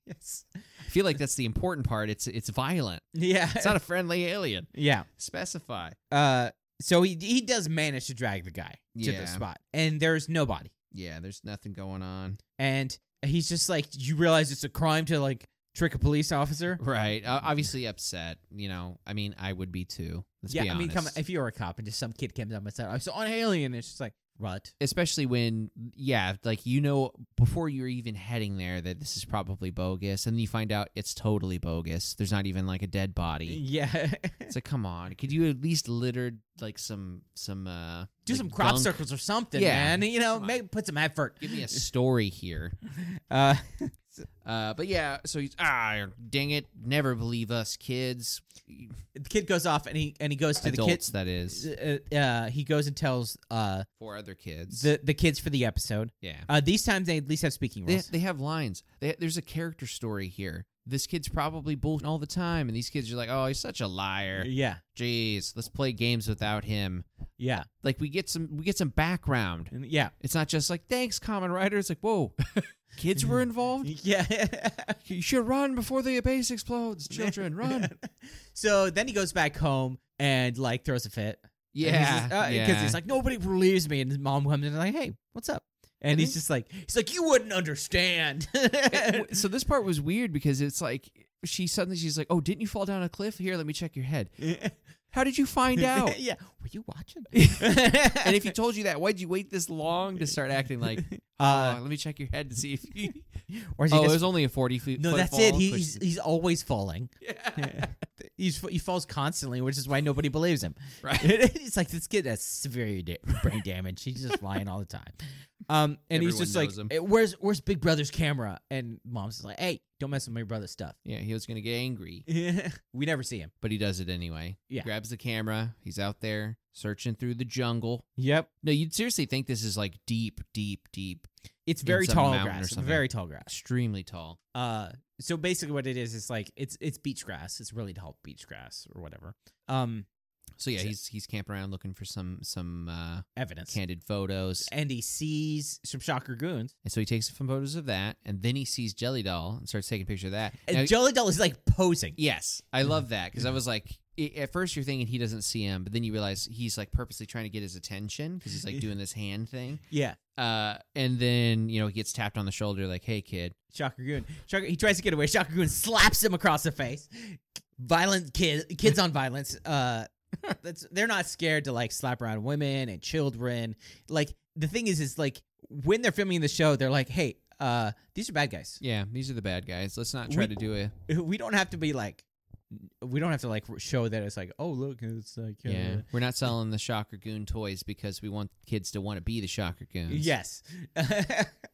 S1: yes,
S2: i feel like that's the important part it's it's violent
S1: yeah,
S2: it's not a friendly alien
S1: yeah.
S2: specify
S1: Uh, so he he does manage to drag the guy to
S2: Yeah.
S1: the spot, and there's nobody,
S2: yeah there's nothing going on
S1: and he's just like, you realize it's a crime to like trick a police officer.
S2: right O- obviously upset you know i mean i would be too let's be
S1: yeah, I
S2: honest
S1: mean, come if you're a cop and just some kid comes up and said, I saw an alien, it's just like, rut.
S2: especially when yeah like you know before you're even heading there that this is probably bogus and then you find out it's totally bogus there's not even like a dead body
S1: Yeah,
S2: it's like come on could you at least littered like some some uh
S1: do
S2: like,
S1: some crop
S2: gunk?
S1: circles or something,
S2: Yeah.
S1: man. You know,
S2: Come on.
S1: make, put some effort.
S2: give me a story here
S1: Uh,
S2: uh but yeah so he's ah dang it never believe us kids
S1: the kid goes off and he and he goes to
S2: adults that
S1: the
S2: is
S1: kids. Uh, uh, he goes and tells uh,
S2: for other kids
S1: the the kids for the episode.
S2: yeah
S1: Uh, these times they at least have speaking
S2: They,
S1: roles.
S2: they have lines. They, there's a character story here. This kid's probably bullshitting all the time, and these kids are like, "Oh, he's such a liar.
S1: yeah,
S2: Jeez, let's play games without him."
S1: yeah,
S2: Like we get some, we get some background.
S1: and- yeah,
S2: It's not just like, "Thanks, Common Rider." It's like, "Whoa, kids were involved.
S1: yeah.
S2: You should run before the base explodes, children. Run."
S1: so then he goes back home and like throws a fit. And he's
S2: Yeah,
S1: just- uh,
S2: yeah.
S1: Because he's like, nobody believes me. And his mom comes in and like, hey, what's up? And he's
S2: Mhm.
S1: just like, he's like, you wouldn't understand.
S2: so this part was weird because it's like she suddenly she's like, "Oh, didn't you fall down a cliff? Here, let me check your head. How did you find out?"
S1: yeah. Were you watching?
S2: and if he told you that, why'd you wait this long to start acting like,
S1: Uh,
S2: oh, let me check your head to see if you.
S1: or is he
S2: oh, it
S1: just
S2: was only a 40 feet.
S1: No,
S2: foot
S1: that's it.
S2: fall.
S1: He,
S2: Push-
S1: he's he's always falling.
S2: Yeah.
S1: he's he falls constantly, which is why nobody believes him.
S2: Right.
S1: it's like this kid has severe da- brain damage. He's just lying all the time. Um, and he's
S2: Everyone
S1: just like,
S2: knows him.
S1: "Eh, "Where's where's Big Brother's camera?" And mom's just like, "Hey, don't mess with my brother's stuff."
S2: Yeah, he was going to get angry,
S1: we never see him.
S2: but he does it anyway.
S1: Yeah.
S2: Grabs the camera. He's out there searching through the jungle.
S1: Yep.
S2: No, you'd seriously think this is like deep, deep, deep,
S1: It's
S2: In
S1: very
S2: some
S1: tall
S2: mountain or
S1: grass.
S2: something.
S1: Very tall grass.
S2: extremely tall.
S1: Uh, so basically what it is is like it's it's beach grass. It's really to help beach grass or whatever. Um
S2: So yeah,
S1: Shit.
S2: he's he's camping around looking for some some uh,
S1: evidence.
S2: candid photos,
S1: and he sees some shocker goons.
S2: and so he takes some photos of that, and then he sees Jelly Doll and starts taking a picture of that.
S1: And
S2: Now-
S1: Jelly Doll is like posing.
S2: Yes, I love that because I was like, i at first you're thinking he doesn't see him, but then you realize he's like purposely trying to get his attention because he's like doing this hand thing.
S1: Yeah.
S2: Uh, and then you know he gets tapped on the shoulder like, "Hey, kid."
S1: Shocker goon. Shocker, he tries to get away. Shocker goon slaps him across the face. Violent kid, kids on violence. Uh, that's they're not scared to like slap around women and children. Like the thing is, is like when they're filming the show, they're like, hey, uh, these are bad guys.
S2: Yeah, these are the bad guys. Let's not try
S1: We-
S2: to do it.
S1: We don't have to be like, we don't have to like show that it's like, oh look, it's like, uh,
S2: Yeah, we're not selling the Shocker Goon toys because we want kids to want to be the Shocker Goons.
S1: Yes,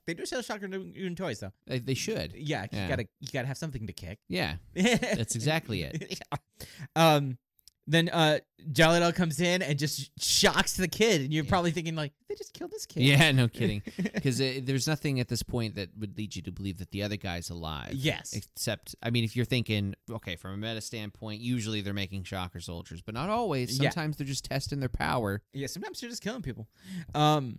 S1: they do sell shocker goon toys though.
S2: they, they should.
S1: Yeah, you
S2: Yeah.
S1: gotta you gotta have something to kick.
S2: Yeah,
S1: That's
S2: that's exactly it.
S1: Yeah. Um, then uh, Jalidel comes in and just shocks the kid, and you're
S2: Yeah.
S1: probably thinking like, they just killed this kid.
S2: Yeah, no kidding. Because there's nothing at this point that would lead you to believe that the other guy's alive.
S1: yes.
S2: Except, I mean, if you're thinking, okay, from a meta standpoint, usually they're making shocker soldiers, but not always.
S1: Yeah.
S2: Sometimes they're just testing their power.
S1: yeah. Sometimes you're just killing people. Um.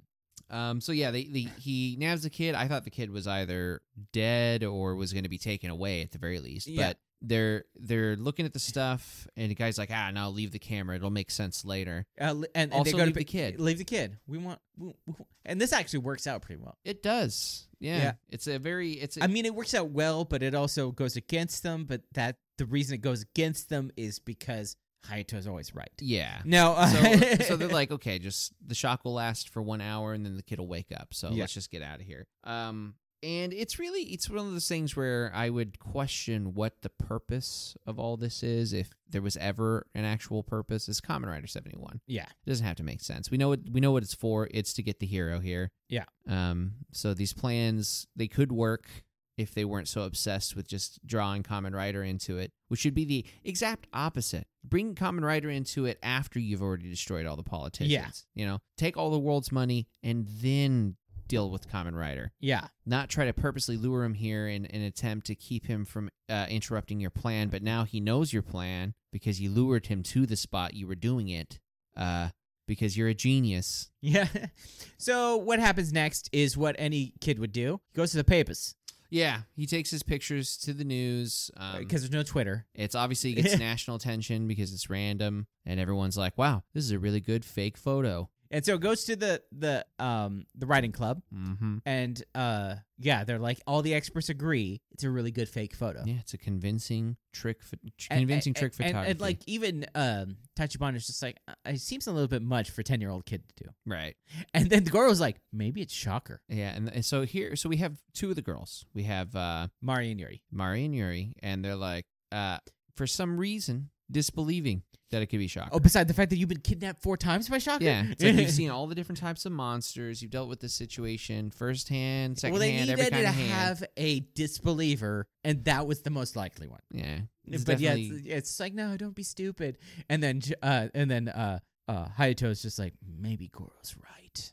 S2: Um, so yeah, they, they, he nabs the kid. I thought the kid was either dead or was going to be taken away at the very least.
S1: Yeah.
S2: But they're they're looking at the stuff, and the guy's like, ah, no, leave the camera. It'll make sense later.
S1: Uh, l- and, and
S2: also,
S1: they go
S2: leave
S1: to
S2: the
S1: pick-
S2: kid.
S1: Leave the kid. We want. We, we, want- and this actually works out pretty well.
S2: It does. Yeah.
S1: Yeah.
S2: It's a very. It's. A,
S1: I mean, it works out well, but it also goes against them. But that the reason it goes against them is because Hayato's always right.
S2: yeah.
S1: No. Uh,
S2: so, so they're like, okay, just the shock will last for one hour, and then the kid will wake up. So
S1: Yeah.
S2: let's just get out of here. Um, and it's really it's one of those things where I would question what the purpose of all this is, if there was ever an actual purpose. Is Common Rider seventy one?
S1: Yeah.
S2: It doesn't have to make sense. We know what we know what it's for. It's to get the hero here.
S1: Yeah.
S2: Um. So these plans they could work if they weren't so obsessed with just drawing Common Rider into it, which should be the exact opposite. Bring Common Rider into it after you've already destroyed all the politicians. You know, take all the world's money and then deal with Common Rider.
S1: Yeah.
S2: Not try to purposely lure him here in an attempt to keep him from uh, interrupting your plan, but now he knows your plan because you lured him to the spot you were doing it uh, because you're a genius.
S1: Yeah. So what happens next is what any kid would do. He goes to the papers
S2: Yeah, he takes his pictures to the news. Um,
S1: because uh, there's no Twitter.
S2: It's obviously gets national attention because it's random, and everyone's like, "Wow, this is a really good fake photo."
S1: And so it goes to the the um the writing club
S2: Mm-hmm.
S1: and uh yeah, they're like all the experts agree it's a really good fake photo.
S2: Yeah, it's a convincing trick, pho- tr-
S1: And-
S2: convincing
S1: and-
S2: trick
S1: and,
S2: photography.
S1: And, like even um Tachibana is just like uh, it seems a little bit much for 10-year-old kid to do.
S2: right?
S1: And then Goro was like maybe it's shocker.
S2: Yeah, and, and so here, so we have two of the girls. We have uh,
S1: Mari and Yuri.
S2: Mari and Yuri, and they're like, uh, for some reason, disbelieving that it could be shocker.
S1: Oh, beside the fact that you've been kidnapped four times by shocker?
S2: Yeah, it's like you've seen all the different types of monsters. You've dealt with this situation firsthand,
S1: well, they
S2: secondhand, every
S1: needed
S2: kind
S1: to
S2: of hand.
S1: have a disbeliever, and that was the most likely one.
S2: yeah, it's
S1: but yeah, it's,
S2: definitely-
S1: it's like no, don't be stupid. And then J- uh, and then uh, uh, Hayato's just like maybe Goro's right.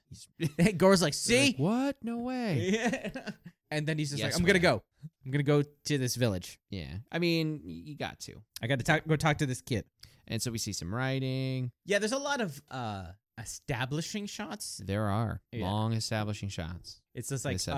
S1: And Goro's like,
S2: They're
S1: see,
S2: like, what? No way.
S1: and then he's just
S2: Yes,
S1: like, I'm gonna
S2: man.
S1: go. I'm gonna go to this village.
S2: Yeah. I mean, y- you got to.
S1: I got to talk, go talk to this kid.
S2: And so we see some writing.
S1: Yeah, there's a lot of uh, establishing shots.
S2: There are
S1: Yeah.
S2: long establishing shots.
S1: It's just like
S2: This
S1: uh,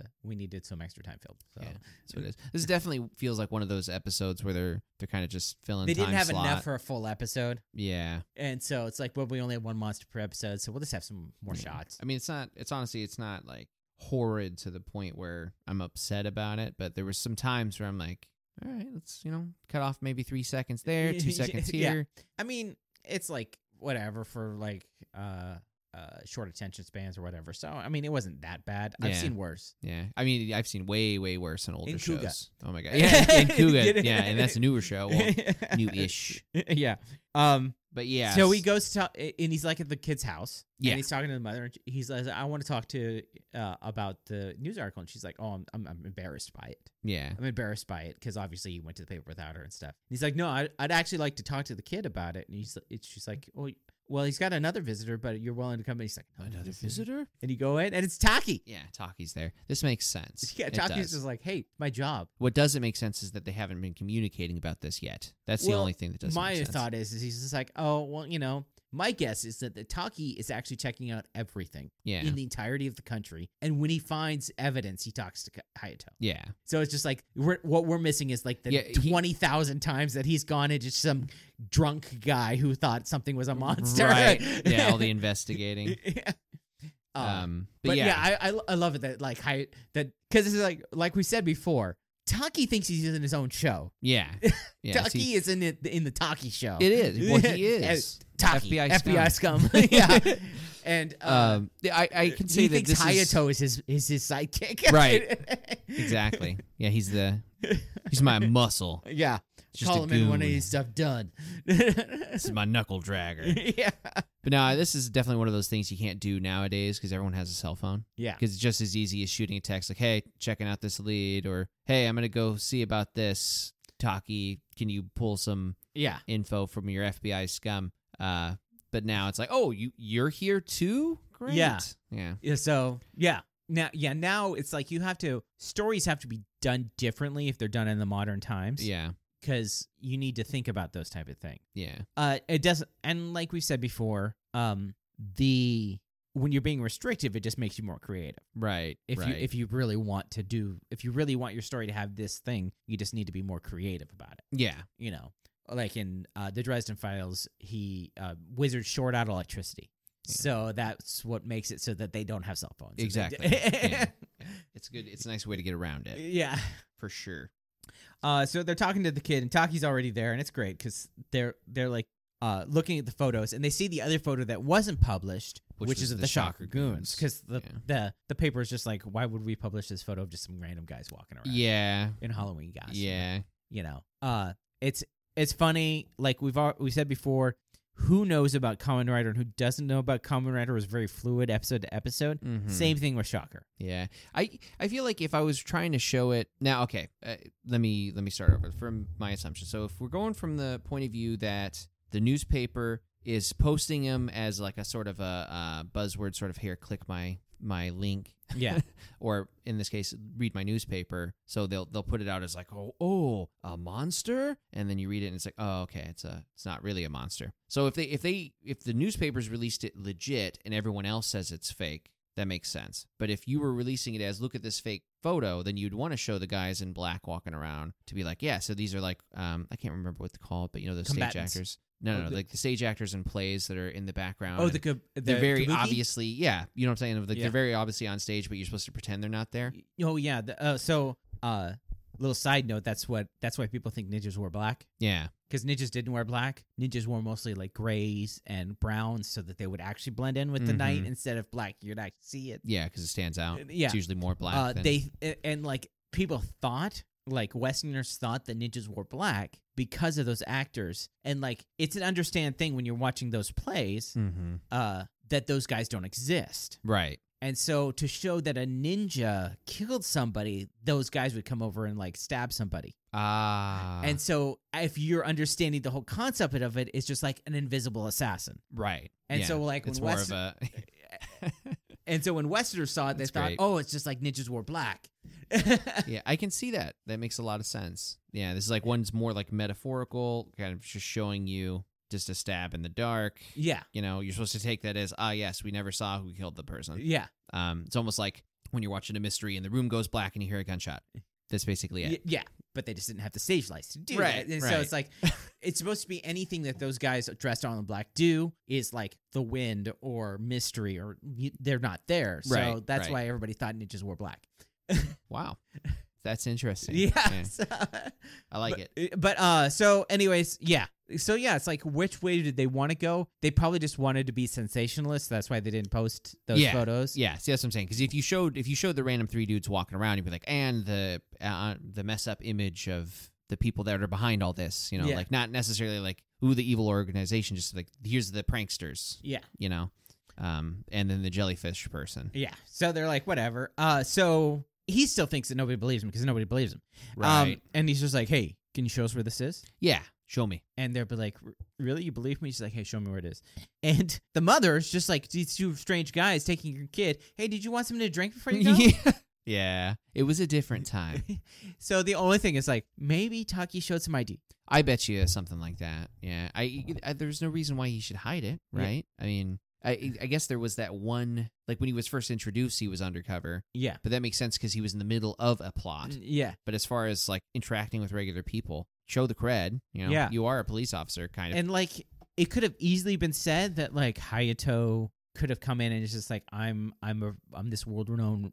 S2: episode.
S1: we needed some extra time filled. So.
S2: Yeah, That's what it is. This definitely feels like one of those episodes where they're they're kind of just filling.
S1: They didn't
S2: time
S1: have
S2: slot.
S1: enough for a full episode.
S2: yeah.
S1: And so it's like, well, we only have one monster per episode, so we'll just have some more
S2: Yeah.
S1: shots.
S2: I mean, it's not. It's honestly, it's not like horrid to the point where I'm upset about it. But there was some times where I'm like, all right, let's you know cut off maybe three seconds there, two seconds
S1: Yeah.
S2: here.
S1: I mean, it's like whatever for like uh uh short attention spans or whatever. So I mean, it wasn't that bad. I've
S2: Yeah.
S1: seen worse.
S2: Yeah. I mean, I've seen way way worse in older
S1: In Kuga.
S2: shows. Oh my god. Yeah, in Kuga. yeah, and that's a newer show. Oh, Well, new-ish.
S1: yeah. Um.
S2: but yeah.
S1: So he goes to talk, and he's like at the kid's house.
S2: Yeah.
S1: And he's talking to the mother. And he's like, I want to talk to uh about the news article, and she's like, Oh, I'm I'm, I'm embarrassed by it.
S2: Yeah.
S1: I'm embarrassed by it because obviously you went to the paper without her and stuff. And he's like, no, I'd, I'd actually like to talk to the kid about it. And he's, it's, she's like, well, Well, he's got another visitor, but you're willing to come in. He's like, "Another
S2: Another visitor?
S1: And you go in, and it's Taki.
S2: Yeah, Taki's there. This makes sense.
S1: Yeah,
S2: It
S1: Taki's
S2: does.
S1: just like, hey, my job.
S2: What doesn't make sense is that they haven't been communicating about this yet. That's the
S1: Well,
S2: only thing that doesn't
S1: my
S2: make sense.
S1: thought is, is he's just like, oh, well, you know, my guess is that the Taki is actually checking out everything
S2: yeah.
S1: in the entirety of the country, and when he finds evidence, he talks to Ka- Hayato.
S2: yeah.
S1: So it's just like we're, what we're missing is like the
S2: Yeah, he-
S1: twenty thousand times that he's gone into some drunk guy who thought something was a monster.
S2: Right. Yeah, all the investigating.
S1: Yeah. Um,
S2: Um, but,
S1: but, yeah,
S2: yeah.
S1: I, I I love it that like Hay that because it's like like we said before, Taki thinks he's in his own show.
S2: Yeah. Yeah.
S1: Taki
S2: see,
S1: is in the, in the Taki show.
S2: it is. Well, he
S1: Yeah,
S2: is.
S1: Taki,
S2: FBI
S1: FBI scum. yeah, and uh,
S2: Um, I, I can say
S1: he
S2: that
S1: thinks
S2: this is
S1: Hayato is, his is his sidekick.
S2: Right. exactly. Yeah, he's the he's my muscle.
S1: yeah,
S2: Just
S1: call
S2: a
S1: him in when
S2: goon.
S1: he's stuff done.
S2: This is my knuckle dragger.
S1: yeah,
S2: But no, this is definitely one of those things you can't do nowadays because everyone has a cell phone.
S1: yeah,
S2: Because it's just as easy as shooting a text like, "Hey, checking out this lead," or "Hey, I'm gonna go see about this." Taki, can you pull some
S1: yeah.
S2: info from your FBI scum? Uh, but now it's like, "Oh, you you're here too? Great."
S1: Yeah.
S2: yeah,
S1: Yeah, so yeah. Now yeah, now it's like you have to stories have to be done differently if they're done in the modern times.
S2: yeah,
S1: Because you need to think about those type of things.
S2: yeah,
S1: Uh it doesn't and like we said before, um the when you're being restrictive, it just makes you more creative.
S2: right.
S1: If
S2: right.
S1: you if you really want to do if you really want your story to have this thing, you just need to be more creative about it.
S2: yeah,
S1: You know. Like in uh, the Dresden Files, he uh, wizards short out electricity,
S2: Yeah.
S1: so that's what makes it so that they don't have cell phones. They-
S2: Exactly. Yeah. it's good. It's a nice way to get around it
S1: Yeah.
S2: for sure.
S1: Uh, so they're talking to the kid, and Taki's already there, and it's great because they're they're like uh, looking at the photos, and they see the other photo that wasn't published,
S2: Which
S1: which,
S2: was
S1: is of
S2: the
S1: the Shocker
S2: Shocker
S1: Goons,
S2: Goons.
S1: because the,
S2: Yeah.
S1: the the paper is just like, why would we publish this photo of just some random guys walking around
S2: Yeah,
S1: in Halloween costume?
S2: yeah,
S1: you know, uh, it's it's funny. Like we've al- we said before, who knows about Common Rider and who doesn't know about Common Rider is very fluid episode to episode.
S2: Mhm.
S1: Same thing with Shocker.
S2: Yeah, I I feel like if I was trying to show it now, okay, uh, let me let me start over from my assumption. So if we're going from the point of view that the newspaper is posting them as like a sort of a uh, buzzword, sort of here, click my my link,
S1: Yeah,
S2: or in this case, read my newspaper. So they'll they'll put it out as like, oh, oh, a monster, and then you read it and it's like, oh, okay, it's a it's not really a monster. So if they if they if the newspapers released it legit and everyone else says it's fake, that makes sense. But if you were releasing it as look at this fake photo, then you'd want to show the guys in black walking around to be like, yeah, so these are like um I can't remember what they call it, but you know those stage
S1: Combatants.
S2: actors. No,
S1: Oh,
S2: no,
S1: the-
S2: like the stage actors in plays that are in the background.
S1: oh
S2: and
S1: the, kab- the
S2: they're very
S1: Kabuki?
S2: obviously yeah you know what i'm saying like
S1: Yeah.
S2: they're very obviously on stage but you're supposed to pretend they're not there
S1: Y- Oh yeah. The, uh, so, uh, little side note. That's what. That's why people think ninjas wore black
S2: yeah
S1: because ninjas didn't wear black. Ninjas wore mostly like grays and browns so that they would actually blend in with the night
S2: Mhm.
S1: instead of black. You'd actually see it.
S2: yeah because it stands out
S1: Yeah.
S2: it's usually more black
S1: Uh,
S2: than-
S1: they a- and like people thought. Like Westerners thought that ninjas wore black because of those actors, and like it's an understand thing when you're watching those plays
S2: Mhm.
S1: uh, that those guys don't exist.
S2: right
S1: And so to show that a ninja killed somebody, those guys would come over and like stab somebody.
S2: ah
S1: and so if you're understanding the whole concept of it, it's just like an invisible assassin.
S2: right
S1: And
S2: Yeah.
S1: so like when
S2: it's more
S1: West-
S2: of a
S1: and so when Westerners saw it, they
S2: That's
S1: thought,
S2: great.
S1: "Oh, it's just like ninjas wore black."
S2: yeah i can see that that makes a lot of sense yeah this is like one's more like metaphorical kind of just showing you just a stab in the dark
S1: yeah,
S2: you know you're supposed to take that as ah yes we never saw who killed the person
S1: yeah,
S2: um it's almost like when you're watching a mystery and the room goes black and you hear a gunshot that's basically it
S1: y- yeah. But they just didn't have the stage lights to do
S2: Right,
S1: that. And so
S2: right.
S1: it's like it's supposed to be anything that those guys dressed all in black do is like the wind or mystery or y- they're not there. So
S2: Right,
S1: that's
S2: right.
S1: why everybody thought ninjas wore black.
S2: Wow. That's interesting.
S1: Yeah.
S2: Yeah,
S1: so-
S2: I like
S1: but,
S2: it.
S1: But uh so anyways, yeah. So yeah, it's like which way did they want to go? They probably just wanted to be sensationalist. That's why they didn't post those
S2: Yeah,
S1: photos.
S2: Yeah, see that's what I'm saying. Because if you showed if you showed the random three dudes walking around, you'd be like, and the uh, the mess up image of the people that are behind all this, you know,
S1: Yeah.
S2: like not necessarily like ooh the evil organization, just like here's the pranksters,
S1: Yeah.
S2: you know, um, and then the jellyfish person,
S1: Yeah. So they're like whatever. Uh so he Um, still thinks that nobody believes him because nobody believes him. Um, and he's just like, "Hey, can you show us where this is?"
S2: yeah, Show me.
S1: and they'll be like, "R- "Really, you believe me?" She's like, "Hey, show me where it is." And the mother's just like these two strange guys taking your kid. Hey, did you want something to drink before you go?
S2: yeah. yeah. It was a different time.
S1: so the only thing is like maybe Taki showed some ID.
S2: I bet you something like that. Yeah. I, I there's no reason why he should hide it,
S1: Yeah.
S2: right? I mean, I I guess there was that one like when he was first introduced, he was undercover,
S1: Yeah,
S2: but that makes sense because he was in the middle of a plot.
S1: N- yeah,
S2: But as far as like interacting with regular people, show the cred. You know,
S1: Yeah.
S2: you are a police officer, kind of.
S1: and like it could have easily been said that like Hayato could have come in and it's just like I'm I'm a I'm this world renowned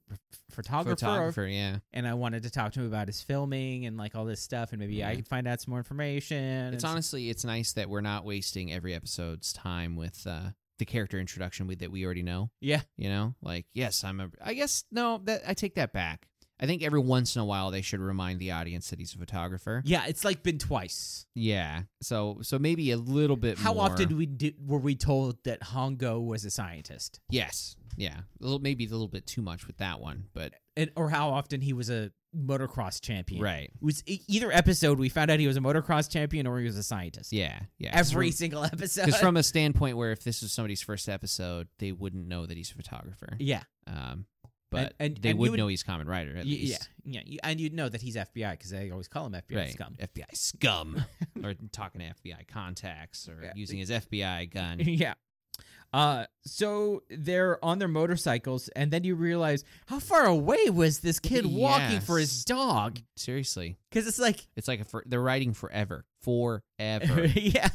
S1: photographer,
S2: photographer, yeah.
S1: and I wanted to talk to him about his filming and like all this stuff and maybe I
S2: Yeah.
S1: could find out some more information.
S2: Mm-hmm. It's
S1: and
S2: honestly, it's nice that we're not wasting every episode's time with uh, the character introduction we, that we already know.
S1: Yeah.
S2: you know, like yes, I'm a. I guess no, that I take that back. I think every once in a while they should remind the audience that he's a photographer.
S1: yeah, it's like been twice.
S2: Yeah, so so maybe a little bit.
S1: How
S2: more.
S1: often we do, were we told that Hongo was a scientist,
S2: Yes, yeah, a little, maybe a little bit too much with that one, but
S1: and or how often he was a motocross champion?
S2: right.
S1: It was e- either episode we found out he was a motocross champion or he was a scientist.
S2: Yeah, yeah.
S1: Every single episode.
S2: because from a standpoint where if this was somebody's first episode, they wouldn't know that he's a photographer.
S1: yeah,
S2: Um, but
S1: and-
S2: they
S1: and you
S2: would,
S1: would-
S2: know he's Common Rider. At
S1: Y-
S2: least.
S1: yeah, yeah, You- and you'd know that he's FBI because they always call him FBI scum.
S2: FBI scum. or talking to FBI contacts or
S1: Yeah.
S2: using his FBI gun.
S1: yeah. Uh, so they're on their motorcycles, and then you realize how far away was this kid walking for his
S2: Yes.
S1: dog?
S2: Seriously.
S1: Because it's like,
S2: It's like a for, they're riding forever. Forever.
S1: yeah.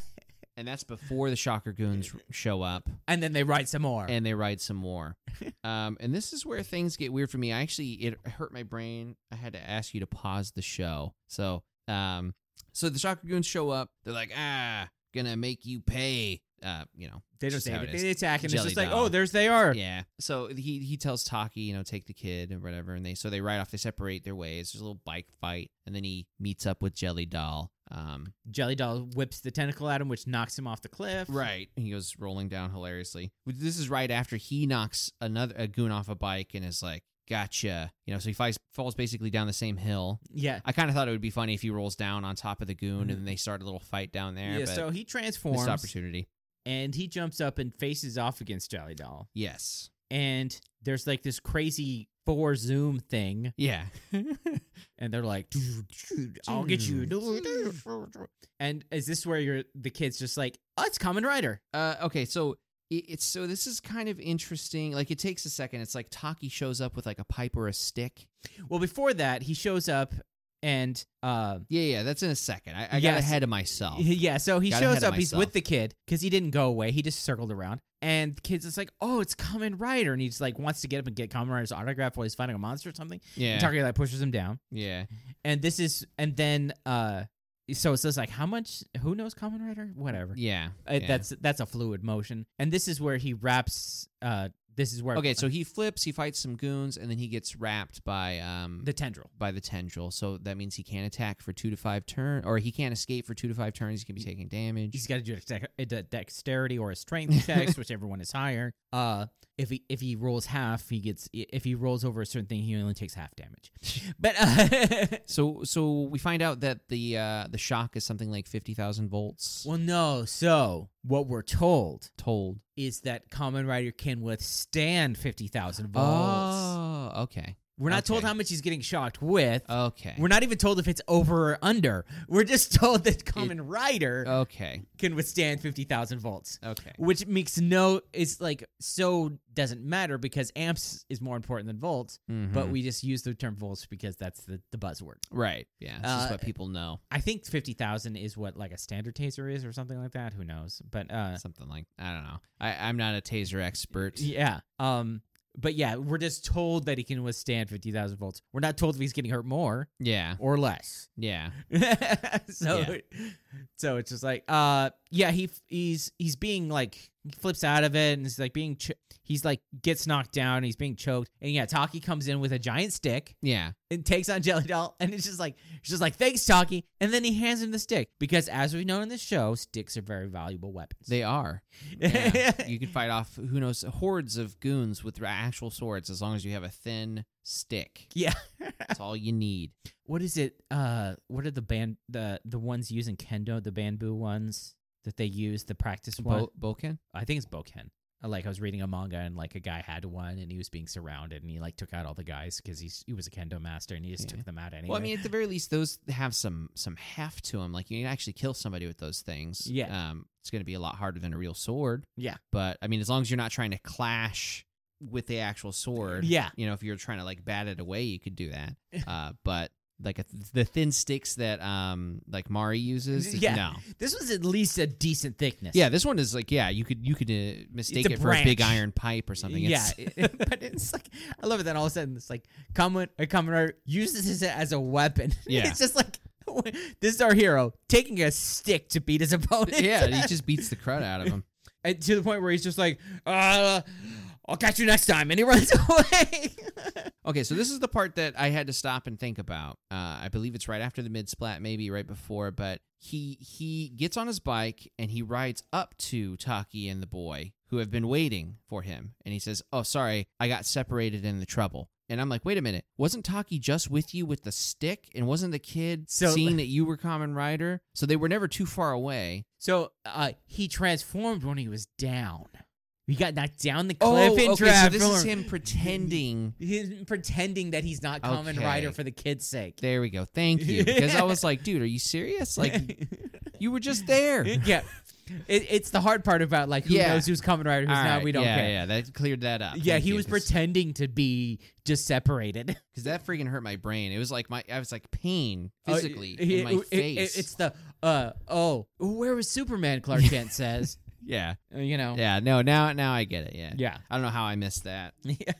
S2: and that's before the Shocker Goons show up
S1: And then they ride some more.
S2: and they ride some more. Um, and this is where things get weird for me. I actually, it hurt my brain. I had to ask you to pause the show. So, um, so the Shocker Goons show up. They're like, ah, gonna make you pay. Uh, you know,
S1: they don't
S2: just
S1: say
S2: how it
S1: anything.
S2: is.
S1: They attack, and
S2: Jelly
S1: it's just like,
S2: doll.
S1: oh, there's they are.
S2: Yeah. So he he tells Taki, you know, take the kid or whatever, and they so they ride off. They separate their ways. There's a little bike fight, and then he meets up with Jelly Doll. Um,
S1: Jelly Doll whips the tentacle at him, which knocks him off the cliff.
S2: right. He goes rolling down hilariously. This is right after he knocks another a goon off a bike and is like, "Gotcha," you know. So he fights, falls basically down the same hill.
S1: Yeah.
S2: I kind of thought it would be funny if he rolls down on top of the goon and then they start a little fight down there.
S1: Yeah.
S2: but
S1: So he
S2: missed
S1: transforms
S2: opportunity.
S1: and he jumps up and faces off against Jelly Doll.
S2: Yes.
S1: And there's like this crazy four zoom thing,
S2: Yeah.
S1: and they're like, I'll get
S2: Hmm.
S1: you. And is this where you're the kid's just like, oh, it's Common Rider?
S2: Uh, okay, so it, it's so this is kind of interesting. Like it takes a second. It's like Taki shows up with like a pipe or a stick.
S1: Well, before that, he shows up and uh,
S2: Yeah, yeah, that's in a second. I, I got
S1: Yes.
S2: ahead of myself.
S1: Yeah, so he
S2: Got ahead
S1: shows
S2: of
S1: up. He's
S2: myself.
S1: with the kid because he didn't go away. He just circled around, and the kid's just like, "Oh, it's Kamen Rider," and he's like wants to get up and get Kamen Rider's autograph while he's fighting a monster or something.
S2: Yeah,
S1: And Taki like pushes him down,
S2: yeah,
S1: and this is, and then uh, so it's just like, how much? Who knows Kamen Rider? Whatever.
S2: yeah.
S1: Uh,
S2: yeah.
S1: That's that's a fluid motion, and this is where he wraps. Uh, this is where
S2: okay. So he flips. He fights some goons, and then he gets wrapped by um
S1: the tendril.
S2: by the tendril. So that means he can't attack for two to five turn, or he can't escape for two to five turns. He can be
S1: He's
S2: taking damage.
S1: got to do a, dex- a de- dexterity or a strength check, whichever one is higher. Uh, if he if he rolls half, he gets. If he rolls over a certain thing, he only takes half damage. But uh,
S2: So so we find out that the uh the shock is something like fifty thousand volts.
S1: well, no. So what we're told
S2: Told.
S1: is that Common Rider can withstand fifty thousand volts.
S2: Oh, okay,
S1: we're not told
S2: okay.
S1: how much he's getting shocked with.
S2: okay.
S1: we're not even told if it's over or under. We're just told that Common Rider
S2: Okay.
S1: can withstand fifty thousand volts.
S2: Okay.
S1: which makes no it's like so doesn't matter because amps is more important than volts
S2: Mm-hmm.
S1: but we just use the term volts because that's the, the buzzword
S2: right. Yeah. This is
S1: Uh,
S2: what people know.
S1: i think 50000 is what like a standard taser is or something like that who knows but uh
S2: Something like I don't know. I, I'm not a taser expert.
S1: yeah um but yeah we're just told that he can withstand 50000 volts we're not told if he's getting hurt more
S2: Yeah.
S1: or less
S2: Yeah.
S1: so so it's just like uh yeah he he's he's being like He flips out of it and is like being ch- he's like gets knocked down and he's being choked and yeah Taki comes in with a giant stick
S2: Yeah.
S1: and takes on Jelly Doll and it's just like it's just like thanks Taki and then he hands him the stick because as we've known in this show sticks are very valuable weapons.
S2: They are. Yeah. you can fight off who knows hordes of goons with ra- actual swords as long as you have a thin stick.
S1: yeah.
S2: That's all you need.
S1: what is it? Uh, what are the band the the ones used in kendo? The bamboo ones that they use the practice one.
S2: Bo- Boken?
S1: I think it's Boken. Uh, Like I was reading a manga and like a guy had one and he was being surrounded and he like took out all the guys because he's he was a kendo master and he just
S2: Yeah.
S1: took them out anyway.
S2: Well, I mean, at the very least, those have some some heft to them. Like you can actually kill somebody with those things.
S1: Yeah.
S2: Um, it's going to be a lot harder than a real sword.
S1: Yeah.
S2: But I mean, as long as you're not trying to clash with the actual sword.
S1: yeah,
S2: You know, if you're trying to like bat it away, you could do that. Uh, but like a th- the thin sticks that um like Mari uses.
S1: Yeah.
S2: No.
S1: this was at least a decent thickness.
S2: Yeah, this one is like yeah, you could you could uh, mistake
S1: a
S2: it for a big
S1: branch.
S2: iron pipe or something.
S1: Yeah,
S2: It's-
S1: it- but it's like I love it that all of a sudden it's like Kamen a Kamen Rider uses it as a weapon.
S2: Yeah.
S1: it's just like this is our hero taking a stick to beat his opponent.
S2: yeah, he just beats the crud out of him.
S1: And to the point where he's just like, uh, I'll catch you next time. And he runs away.
S2: Okay, so this is the part that I had to stop and think about. Uh, I believe it's right after the mid splat, maybe right before, but he he gets on his bike and he rides up to Taki and the boy who have been waiting for him, and he says, "Oh, sorry, I got separated in the trouble." And I'm like, wait a minute, wasn't Taki just with you with the stick, and wasn't the kid
S1: So-
S2: seeing that you were Common Rider? So they were never too far away.
S1: so uh, he transformed when he was down. He got knocked down the cliff and
S2: Oh, okay, so
S1: transformed.
S2: this is him pretending
S1: He's pretending that he's not Common
S2: Okay.
S1: Rider for the kid's sake.
S2: There we go. Thank you. Because I was like, dude, are you serious? Like, you were just there.
S1: yeah. It, it's the hard part about like who
S2: Yeah.
S1: knows who's Common Rider, who's
S2: All
S1: not.
S2: right,
S1: We don't
S2: yeah,
S1: care.
S2: Yeah, that cleared that up.
S1: Yeah, he was pretending to be just separated.
S2: because that freaking hurt my brain. It was like my, I was like pain
S1: Oh,
S2: physically
S1: it-
S2: in
S1: it-
S2: my
S1: it- it-
S2: face.
S1: it's the uh oh, where was Superman? Clark Kent says,
S2: yeah,
S1: Uh, you know,
S2: yeah. No, now, now I get it. Yeah,
S1: yeah.
S2: I don't know how I missed that.
S1: Yeah.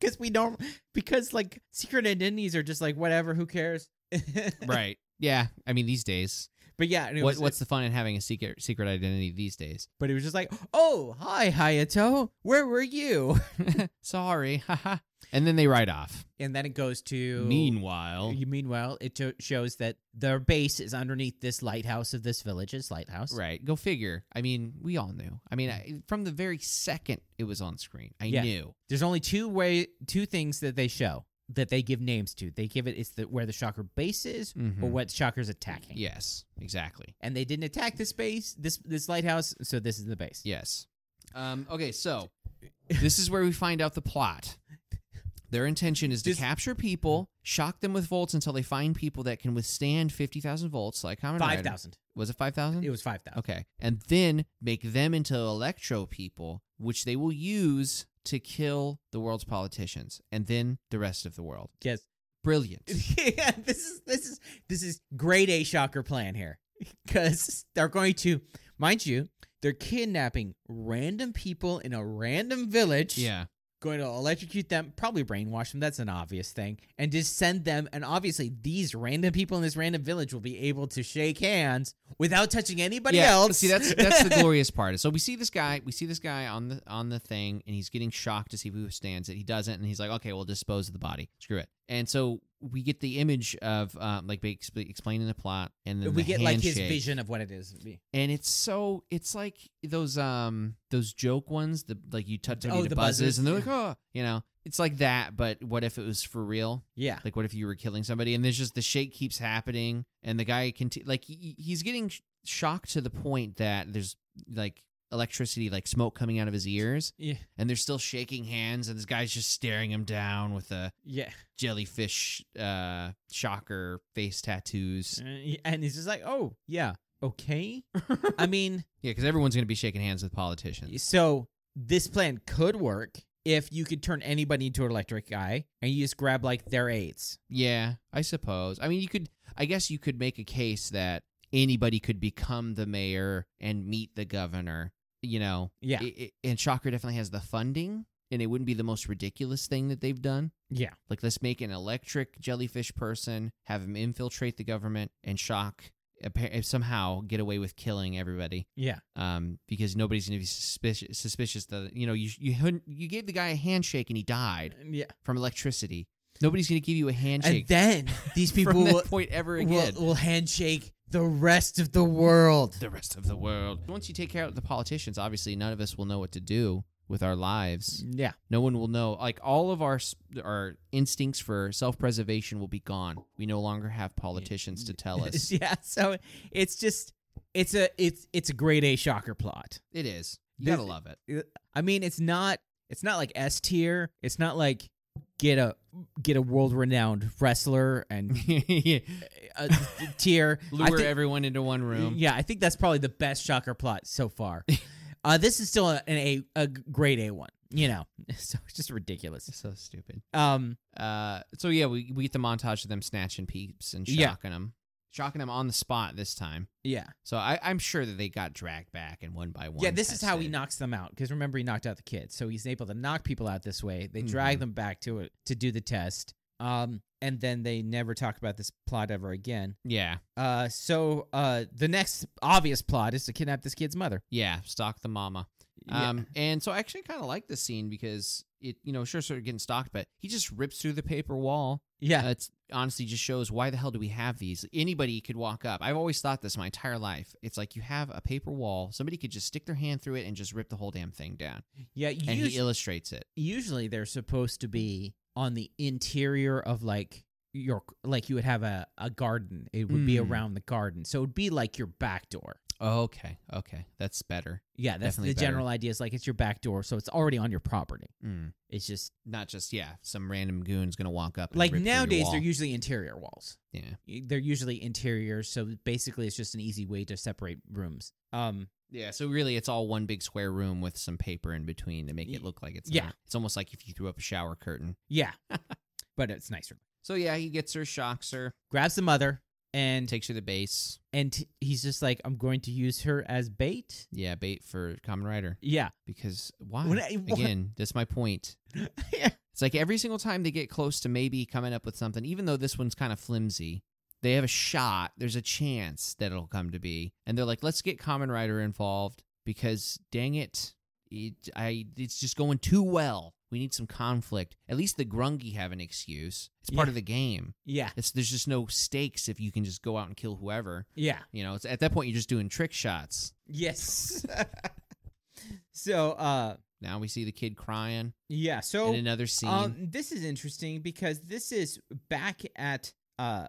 S1: Because we don't, because like secret identities are just like whatever, who cares?
S2: Right. Yeah. I mean, these days,
S1: But yeah, and it
S2: what,
S1: was,
S2: what's the fun in having a secret secret identity these days?
S1: but it was just like, oh, hi, Hayato, where were you?
S2: Sorry. haha. and then they ride off.
S1: And then it goes to.
S2: Meanwhile,
S1: You meanwhile, it to- shows that their base is underneath this lighthouse of this village's lighthouse.
S2: Right. Go figure. I mean, we all knew. I mean, I, from the very second it was on screen, I
S1: Mm. Yeah.
S2: knew.
S1: There's only two way two things that they show that they give names to. They give it it's the where the shocker base is or
S2: Mhm.
S1: what shocker's attacking.
S2: Yes, exactly.
S1: And they didn't attack this base, this this lighthouse, so this is the base.
S2: Yes. Um, okay, so this is where we find out the plot. Their intention is to
S1: Just- Mm.
S2: capture people, shock them with volts until they find people that can withstand 50,000 volts, like Common Rider.
S1: Five thousand.
S2: Was it 5,000?
S1: It was five thousand.
S2: Okay. And then make them into electro people, which they will use to kill the world's politicians and then the rest of the world.
S1: Yes.
S2: Brilliant.
S1: yeah, this is this is this is grade A shocker plan here because they're going to, mind you, they're kidnapping random people in a random village.
S2: yeah.
S1: going to electrocute them, probably brainwash them. That's an obvious thing, and just send them. And obviously, these random people in this random village will be able to shake hands without touching anybody else.
S2: See, that's that's the glorious part. So we see this guy, we see this guy on the on the thing, and he's getting shocked to see who stands it. He doesn't, and he's like, "Okay, we'll dispose of the body. Screw it." And so we get the image of um, like ex- explaining the plot, and then
S1: we
S2: the
S1: get like his
S2: handshake.
S1: vision of what it is. to be.
S2: and it's so it's like those um those joke ones, the like you touch
S1: Oh,
S2: somebody to
S1: the
S2: buzzes,
S1: buzzes,
S2: and they're
S1: yeah.
S2: like, "Oh," you know, it's like that. But what if it was for real?
S1: Yeah.
S2: Like, what if you were killing somebody? And there's just the shake keeps happening, and the guy can like he, he's getting sh- shocked to the point that there's like electricity, like smoke coming out of his ears,
S1: Yeah.
S2: and they're still shaking hands, and this guy's just staring him down with a
S1: Yeah.
S2: jellyfish uh shocker face tattoos.
S1: And he's just like, oh, yeah. Okay. I mean,
S2: Yeah, because everyone's gonna be shaking hands with politicians.
S1: So this plan could work if you could turn anybody into an electric guy and you just grab like their aides.
S2: Yeah, I suppose. I mean, you could. I guess you could make a case that anybody could become the mayor and meet the governor. You know,
S1: Yeah.
S2: It- it- and Shocker definitely has the funding, and it wouldn't be the most ridiculous thing that they've done.
S1: Yeah.
S2: Like, let's make an electric jellyfish person, have him infiltrate the government, and shock appa- eh, somehow get away with killing everybody
S1: Yeah.
S2: um, because nobody's going to be suspicious, suspicious that you know you you hun- you gave the guy a handshake and he died
S1: Yeah.
S2: from electricity. Nobody's going to give you a handshake
S1: And then these people
S2: from
S1: will,
S2: that point ever
S1: will,
S2: again.
S1: will handshake the rest of the world.
S2: the rest of the world. Once you take care of the politicians, obviously none of us will know what to do with our lives.
S1: Yeah.
S2: No one will know. Like all of our s- our instincts for self preservation will be gone. We no longer have politicians to tell us.
S1: yeah. So it's just it's a it's it's a grade A shocker plot.
S2: It is. You
S1: This-
S2: gotta love it.
S1: I mean, it's not it's not like S tier. It's not like get a get a world renowned wrestler and uh tier I
S2: Lure
S1: thi-
S2: everyone into one room.
S1: Yeah, I think that's probably the best shocker plot so far. uh, this is still an a, a grade A one. You know, so it's just ridiculous.
S2: So stupid.
S1: Um,
S2: Uh, so yeah, we, we get the montage of them snatching peeps and
S1: Yeah.
S2: shocking them, shocking them on the spot this time.
S1: yeah,
S2: So I, I'm sure that they got dragged back and one by one.
S1: yeah. This is how he
S2: tested.
S1: knocks them out because remember he knocked out the kids, so he's able to knock people out this way. They
S2: Mhm.
S1: drag them back to it to do the test. Um, and then they never talk about this plot ever again.
S2: Yeah,
S1: Uh, so uh, the next obvious plot is to kidnap this kid's mother.
S2: yeah, stalk the mama.
S1: Yeah.
S2: Um, and so I actually kind of like this scene because it, you know, sure, sort of getting stalked, but he just rips through the paper wall.
S1: yeah,
S2: Uh, it's honestly just shows why the hell do we have these? Anybody could walk up. I've always thought this my entire life. It's like you have a paper wall. Somebody could just stick their hand through it and just rip the whole damn thing down.
S1: yeah.
S2: And
S1: usu-
S2: he illustrates it.
S1: usually they're supposed to be on the interior of like your like you would have a, a garden it would be
S2: Mm.
S1: around the garden so it would be like your back door
S2: Oh, okay, okay, that's better.
S1: yeah that's
S2: Definitely
S1: the
S2: better.
S1: general idea is like it's your back door so it's already on your property
S2: Mm.
S1: it's just
S2: Not just yeah, some random goon's gonna walk up. And
S1: like
S2: rip through your
S1: nowadays
S2: wall.
S1: they're usually interior walls
S2: yeah,
S1: Y- they're usually interiors so basically it's just an easy way to separate rooms um
S2: yeah. So really, it's all one big square room with some paper in between to make
S1: Y-
S2: it look like it's
S1: yeah.
S2: not. It's almost like if you threw up a shower curtain.
S1: yeah but it's nicer
S2: So yeah, he gets her, shocks her,
S1: grabs the mother
S2: and
S1: and
S2: takes her to base.
S1: and t- he's just like i'm going to use her as bait
S2: Yeah, bait for Common Rider
S1: yeah
S2: because why?
S1: When I- what-
S2: Again, that's my point.
S1: yeah
S2: It's like every single time they get close to maybe coming up with something, even though this one's kind of flimsy, they have a shot. There's a chance that it'll come to be, and they're like, "Let's get Common Rider involved because, dang it, it I it's just going too well. We need some conflict. At least the Grungy have an excuse. It's part
S1: Yeah.
S2: of the game.
S1: yeah
S2: It's there's just no stakes if you can just go out and kill whoever.
S1: yeah
S2: You know, it's, at that point you're just doing trick shots.
S1: Yes. so, uh,
S2: Now we see the kid crying
S1: yeah.
S2: in
S1: So,
S2: another scene.
S1: um, this is interesting because this is back at uh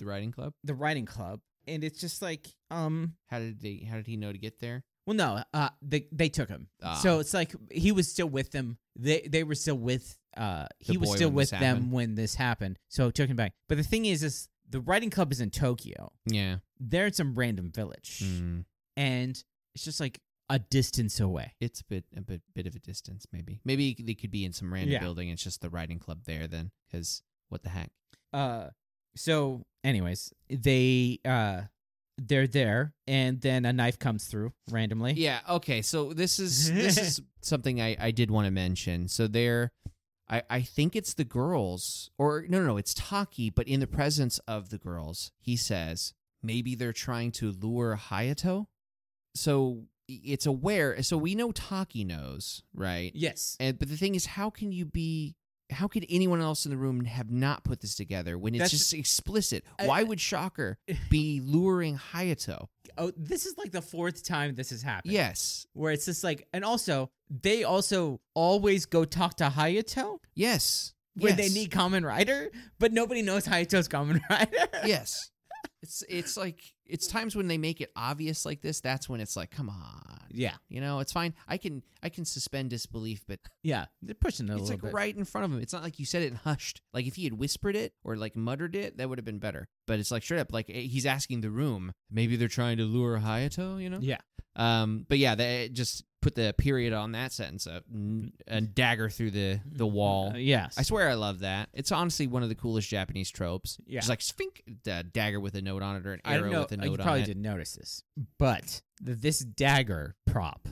S2: the writing club.
S1: the writing club, and it's just like, um,
S2: How did they? How did he know to get there?
S1: well, no, uh, they they took him,
S2: Ah.
S1: so it's like he was still with them. They they were still with uh he
S2: The
S1: was
S2: boy
S1: still
S2: when
S1: with
S2: this
S1: them
S2: happened.
S1: when this happened. So it took him back. But the thing is, is the writing club is in Tokyo.
S2: Yeah.
S1: They're in some random village,
S2: Mm.
S1: and it's just like a distance away.
S2: it's a bit a bit bit of a distance maybe maybe they could be in some random
S1: Yeah.
S2: building it's just the riding club there then because what the heck
S1: Uh, so anyways, they uh they're there and then a knife comes through randomly.
S2: yeah okay so this is this is something i i did want to mention so there i i think it's the girls or no no no it's taki but in the presence of the girls he says maybe they're trying to lure hayato so i- it's aware so we know taki knows right
S1: Yes.
S2: And but the thing is, how can you be? How could anyone else in the room have not put this together when it's
S1: That's-
S2: just explicit?
S1: I-
S2: Why would Shocker be luring Hayato?
S1: Oh, this is like the fourth time this has happened.
S2: Yes,
S1: Where it's just like and also they also always go talk to Hayato
S2: yes,
S1: when
S2: yes,
S1: they need Common Rider, but nobody knows Hayato's Common Rider.
S2: Yes, it's it's like it's times when they make it obvious like this. That's when it's like, come on,
S1: Yeah.
S2: you know, it's fine. I can I can suspend disbelief, but
S1: Yeah. They're pushing it a
S2: it's
S1: little
S2: like
S1: bit.
S2: right in front of him. It's not like you said it and hushed. Like if he had whispered it or like muttered it, that would have been better. But it's like straight up, like eh, he's asking the room. Maybe they're trying to lure Hayato, you know?
S1: Yeah.
S2: Um. But yeah, that just put the period on that sentence up n- a dagger through the the wall.
S1: Uh, yes.
S2: I swear I love that. It's honestly one of the coolest Japanese tropes.
S1: Yeah.
S2: Just like spink, a dagger with a note on it or an
S1: I don't
S2: arrow
S1: know.
S2: with a
S1: uh,
S2: note
S1: you
S2: on
S1: probably
S2: it.
S1: didn't notice this, but th- this dagger prop,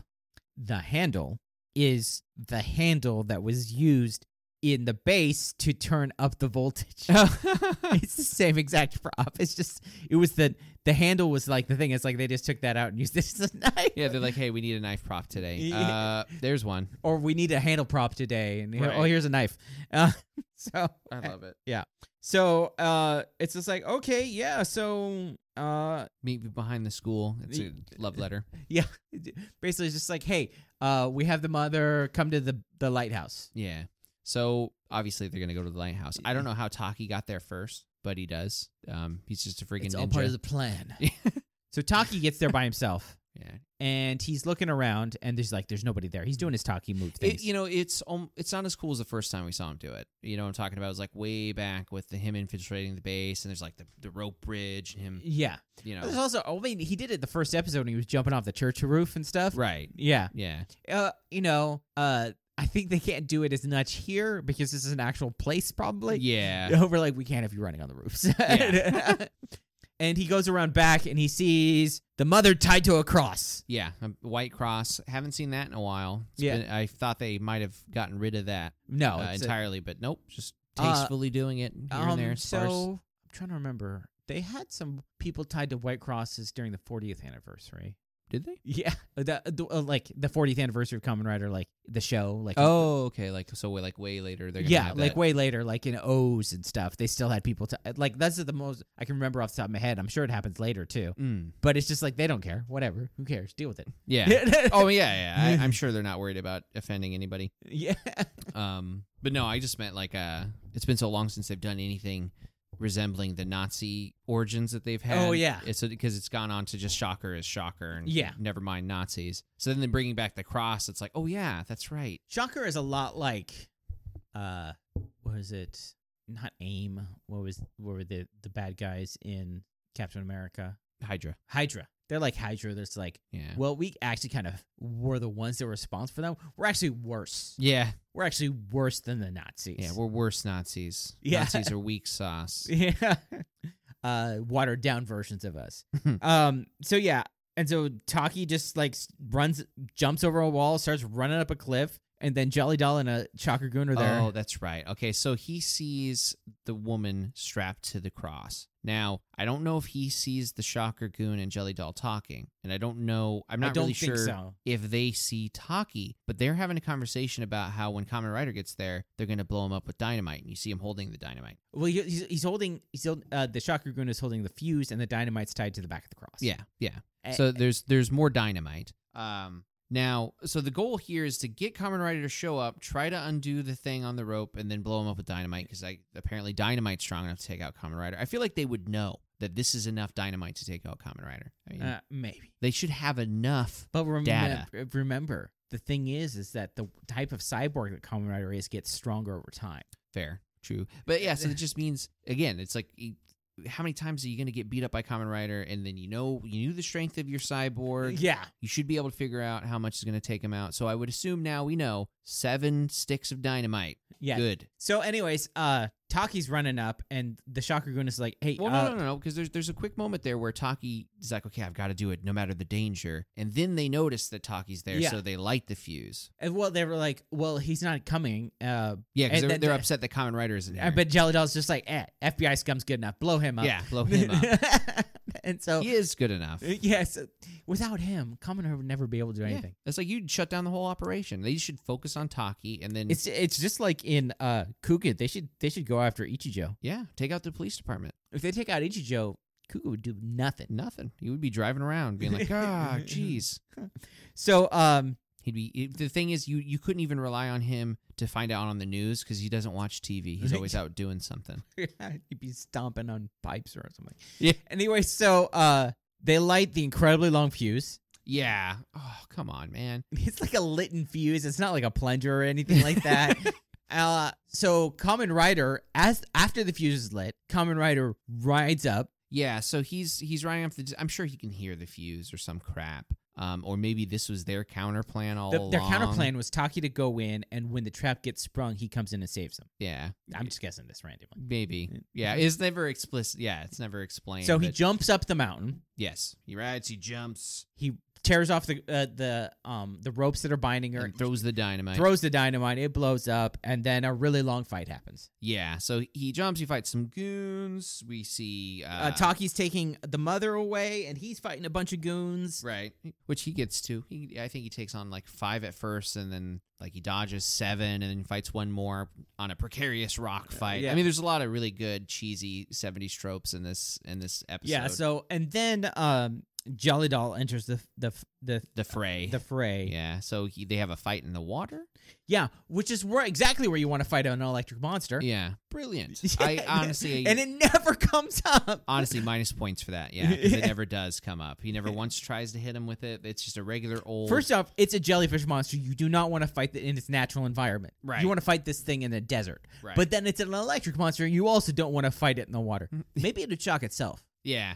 S1: the handle is the handle that was used in the bass to turn up the voltage.
S2: Oh.
S1: it's the same exact prop. It's just it was the the handle was like the thing. It's like they just took that out and used this as a knife.
S2: yeah, they're like, hey, we need a knife prop today.
S1: Yeah.
S2: Uh, there's one.
S1: Or we need a handle prop today, and here- oh,
S2: Right.
S1: here's a knife. Uh, so
S2: I love it.
S1: so uh, it's just like okay, yeah. So uh,
S2: Meet me behind the school. It's a love letter.
S1: basically, it's just like hey, uh, we have the mother come to the the lighthouse.
S2: Yeah. So obviously they're gonna go to the lighthouse. I don't know how Taki got there first, but he does. Um, he's just a freaking
S1: it's
S2: ninja.
S1: all part of the plan. so Taki gets there by himself.
S2: yeah.
S1: And he's looking around, and there's like, there's nobody there. He's doing his Taki move things.
S2: It, you know, it's um, it's not as cool as the first time we saw him do it. You know, what I'm talking about It was like way back with the him infiltrating the base, and there's like the, the rope bridge, and him,
S1: Mm. yeah.
S2: you
S1: There's
S2: know,
S1: also, I mean, he did it the first episode when he was jumping off the church roof and stuff.
S2: right?
S1: Yeah.
S2: Yeah,
S1: Uh, you know, uh, I think they can't do it as much here because this is an actual place, probably.
S2: yeah,
S1: We're like, we can't have you running on the roofs.
S2: Yeah.
S1: and he goes around back and he sees the mother tied to a cross.
S2: yeah. um, White Cross, haven't seen that in a while. It's
S1: Yeah.
S2: been- I thought they might have gotten rid of that
S1: No,
S2: uh,
S1: it's a-
S2: entirely, but nope, just
S1: Uh,
S2: tastefully doing it here
S1: um,
S2: and there. Sparse.
S1: So I'm trying to remember. They had some people tied to white crosses during the 40th anniversary.
S2: did they?
S1: Yeah, the, the- uh, like the 40th anniversary of Kamen Rider, like the show, like
S2: Oh, okay. Like so, way like way later. They're gonna
S1: yeah,
S2: have
S1: like
S2: that.
S1: way later, like in O's and stuff, they still had people to like. That's the most I can remember off the top of my head. I'm sure it happens later too,
S2: Mm,
S1: but it's just like they don't care. Whatever, who cares? Deal with it.
S2: yeah. oh yeah, yeah. I, I'm sure they're not worried about offending anybody.
S1: yeah,
S2: Um, but no, I just meant like uh, it's been so long since they've done anything resembling the Nazi origins that they've had.
S1: Oh, yeah.
S2: it's because it's gone on to just shocker is shocker and
S1: Yeah.
S2: never mind Nazis. So then they're bringing back the cross. It's like, oh yeah, that's right.
S1: Shocker is a lot like, uh, what was it? Not AIM. What was what were the the bad guys in Captain America?
S2: Hydra.
S1: Hydra. They're like Hydra. That's like,
S2: Yeah.
S1: well, we actually kind of were the ones that were responsible for them. We're actually worse.
S2: yeah,
S1: We're actually worse than the Nazis.
S2: yeah, we're worse Nazis.
S1: Yeah.
S2: Nazis are weak sauce.
S1: yeah uh watered down versions of us um so yeah and so taki just like s- runs jumps over a wall starts running up a cliff and then jelly doll and a chakagoon are there
S2: Oh, that's right. Okay, so he sees the woman strapped to the cross. Now, I don't know if he sees the Shocker Goon and Jelly Doll talking, and I don't know. I'm not
S1: i don't
S2: really
S1: think
S2: sure
S1: so
S2: if they see Taki, but they're having a conversation about how when Kamen Rider gets there, they're going to blow him up with dynamite, and you see him holding the dynamite.
S1: well he- he's, he's holding he's held, uh, the chakagoon is holding the fuse and the dynamite's tied to the back of the cross
S2: Yeah, yeah.
S1: A-
S2: So there's there's more dynamite. Um, now, so the goal here is to get Kamen Rider to show up, try to undo the thing on the rope, and then blow him up with dynamite because I apparently dynamite's strong enough to take out Kamen Rider. I feel like they would know that this is enough dynamite to take out Kamen Rider. I mean,
S1: uh, maybe
S2: they should have enough.
S1: but remember
S2: Data.
S1: remember the thing is is that the type of cyborg that Kamen Rider is gets stronger over time
S2: Fair, true, but yeah. So it just means again, it's like. e- how many times are you going to get beat up by Kamen Rider, and then you know you knew the strength of your cyborg?
S1: yeah
S2: you should be able to figure out how much is going to take him out. So I would assume now we know seven sticks of dynamite.
S1: yeah
S2: Good.
S1: So, anyways, uh, Taki's running up, and the Shocker Goon is like, "Hey,
S2: Well,
S1: uh,
S2: no, no, no, no, because there's there's a quick moment there where Taki is like, okay, I've got to do it no matter the danger, and then they notice that Taki's there,
S1: Yeah.
S2: so they light the fuse.
S1: and, well, they were like, well, he's not coming." Uh,
S2: Yeah, because
S1: And
S2: they're,
S1: then
S2: they're
S1: the-
S2: upset that Common Rider isn't
S1: I
S2: there.
S1: bet Jelly Doll's just like, eh, "FBI scum's good enough. Blow him up."
S2: yeah, blow him up.
S1: and so,
S2: He
S1: yes,
S2: is good enough.
S1: without him, Commoner would never be able to do
S2: Yeah.
S1: anything.
S2: It's like you'd shut down the whole operation. They should focus on Taki, and then
S1: It's it's just like in uh Kuga. They should they should go after Ichijo.
S2: yeah, take out the police department.
S1: If they take out Ichijo, Kuga would do nothing.
S2: Nothing. He would be driving around, being like, ah, jeez.
S1: So, um,
S2: He'd be it- the thing is you you couldn't even rely on him to find out on the news because he doesn't watch TV. He's always out doing something.
S1: he'd be stomping on pipes or something.
S2: Yeah.
S1: Anyway, so uh, they light the incredibly long fuse.
S2: Yeah. Oh come on, man.
S1: It's like a lit and fuse. It's not like a plunger or anything like that. uh, so Common Rider, as after the fuse is lit, Common Rider rides up.
S2: Yeah. So he's he's running off the. I'm sure he can hear the fuse or some crap. Um, or maybe this was their counter plan all
S1: The, their
S2: along.
S1: counter plan was Taki to go in, and when the trap gets sprung, he comes in and saves them.
S2: Yeah.
S1: I'm just guessing this randomly.
S2: Maybe. Yeah. It's never explicit. Yeah. It's never explained.
S1: So he
S2: but
S1: jumps up the mountain.
S2: yes. He rides. He jumps.
S1: He tears off the uh, the um the ropes that are binding her,
S2: and throws the dynamite.
S1: throws the dynamite, it blows up, and then a really long fight happens.
S2: yeah, so he jumps. He fights some goons. We see uh,
S1: Uh, Taki's taking the mother away, and he's fighting a bunch of goons.
S2: right, which he gets to. He, I think he takes on like five at first, and then like he dodges seven, and then fights one more on a precarious rock fight.
S1: Uh, yeah.
S2: I mean, there's a lot of really good cheesy '70s tropes in this in this episode.
S1: Yeah. So and then um Jolly Doll enters the the the
S2: the fray.
S1: the fray.
S2: yeah, so he, they have a fight in the water.
S1: Yeah, which is where exactly where you want to fight an electric monster.
S2: Yeah, brilliant. I honestly,
S1: and it never comes up.
S2: honestly, minus points for that. Yeah, 'cause
S1: Yeah.
S2: it never does come up. He never once tries to hit him with it. It's just a regular old.
S1: First off, it's a jellyfish monster. You do not want to fight it in its natural environment.
S2: Right.
S1: You want to fight this thing in the desert.
S2: right.
S1: But then it's an electric monster. You also don't want to fight it in the water.
S2: Mm.
S1: Maybe it'd shock itself.
S2: yeah,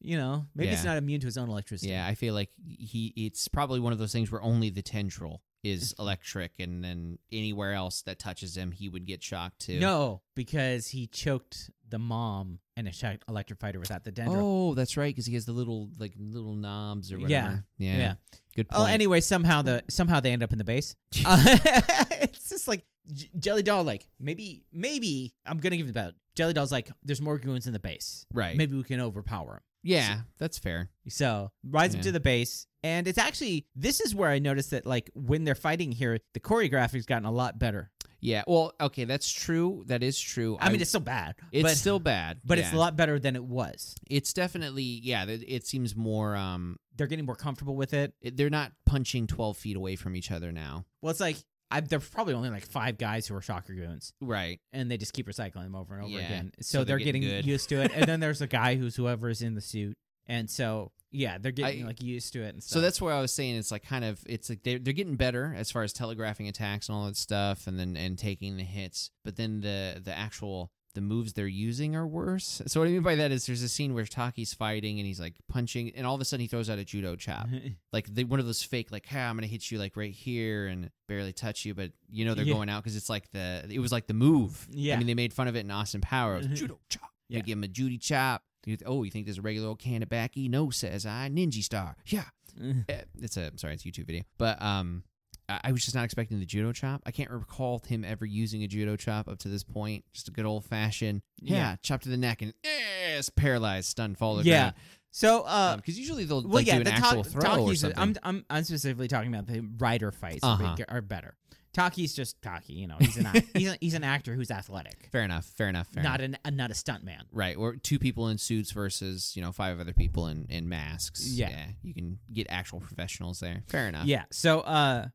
S1: You know, maybe it's
S2: Yeah.
S1: not immune to its own electricity.
S2: yeah, I feel like he. It's probably one of those things where only the tendril is electric, and then anywhere else that touches him, he would get shocked too.
S1: No, because he choked the mom and it shocked electrified her without the dendril.
S2: Oh, that's right, because he has the little like little knobs or
S1: Yeah.
S2: whatever. Yeah,
S1: Yeah.
S2: Good point.
S1: Oh, anyway, somehow the somehow they end up in the base. Uh, it's just like J- Jelly Doll. Like maybe, maybe I'm gonna give it about Jelly Doll's. Like there's more goons in the base.
S2: right.
S1: Maybe we can overpower them.
S2: Yeah, that's fair.
S1: So rides up
S2: Yeah.
S1: to the base, and it's actually this is where I noticed that like when they're fighting here, the choreography's gotten a lot better.
S2: Yeah. Well, okay, that's true. That is true.
S1: I, mean, it's still bad.
S2: it's
S1: but,
S2: still bad,
S1: but it's
S2: yeah.
S1: a lot better than it was.
S2: It's definitely yeah. It, it seems more um.
S1: They're getting more comfortable with it.
S2: It, they're not punching twelve feet away from each other now.
S1: Well, it's like I, there's probably only like five guys who are shocker goons.
S2: Right.
S1: and they just keep recycling them over and over
S2: Yeah,
S1: again. So,
S2: so
S1: they're,
S2: they're
S1: getting,
S2: getting good.
S1: used to it. And then there's a guy who's whoever's in the suit. And so yeah, they're getting
S2: I-
S1: like used to it and stuff.
S2: So that's where I was saying it's like kind of it's like they're they're getting better as far as telegraphing attacks and all that stuff, and then and taking the hits. But then the the actual the moves they're using are worse. So what I mean by that is there's a scene where Taki's fighting and he's like punching, and all of a sudden he throws out a judo
S1: Mm-hmm.
S2: chop, like they, one of those fake like, "Hey, I'm gonna hit you like right here and barely touch you," but you know they're
S1: Yeah.
S2: going out because it's like the it was like the move.
S1: Yeah.
S2: I mean they made fun of it in Austin Power. It was
S1: Mhm.
S2: judo chop.
S1: Yeah.
S2: You give him a Judy chop. You th- oh, you think there's a regular old can of backy? No, says I, ninja star. Yeah, Eh, it's a I'm sorry, it's a YouTube video, but um. I I was just not expecting the judo chop. I can't recall him ever using a judo chop up to this point. Just a good old fashioned, yeah,
S1: Yeah.
S2: chop to the neck and yes, paralyzed, stunned, fall to the
S1: Yeah.
S2: ground.
S1: so uh
S2: Because usually they'll
S1: well
S2: like,
S1: yeah,
S2: do an
S1: the
S2: actual
S1: talk,
S2: throw or
S1: Taki's
S2: something.
S1: I'm, I'm I'm specifically talking about the rider fights are
S2: Uh-huh.
S1: big- are better. Taki's just Taki, you know, he's an act- he's, a, he's an actor who's athletic.
S2: Fair enough. Fair enough. Fair
S1: not
S2: enough.
S1: an uh, not a stunt man.
S2: right. Or two people in suits versus you know five other people in in masks.
S1: Yeah.
S2: you can get actual professionals there. Fair enough.
S1: Yeah. So uh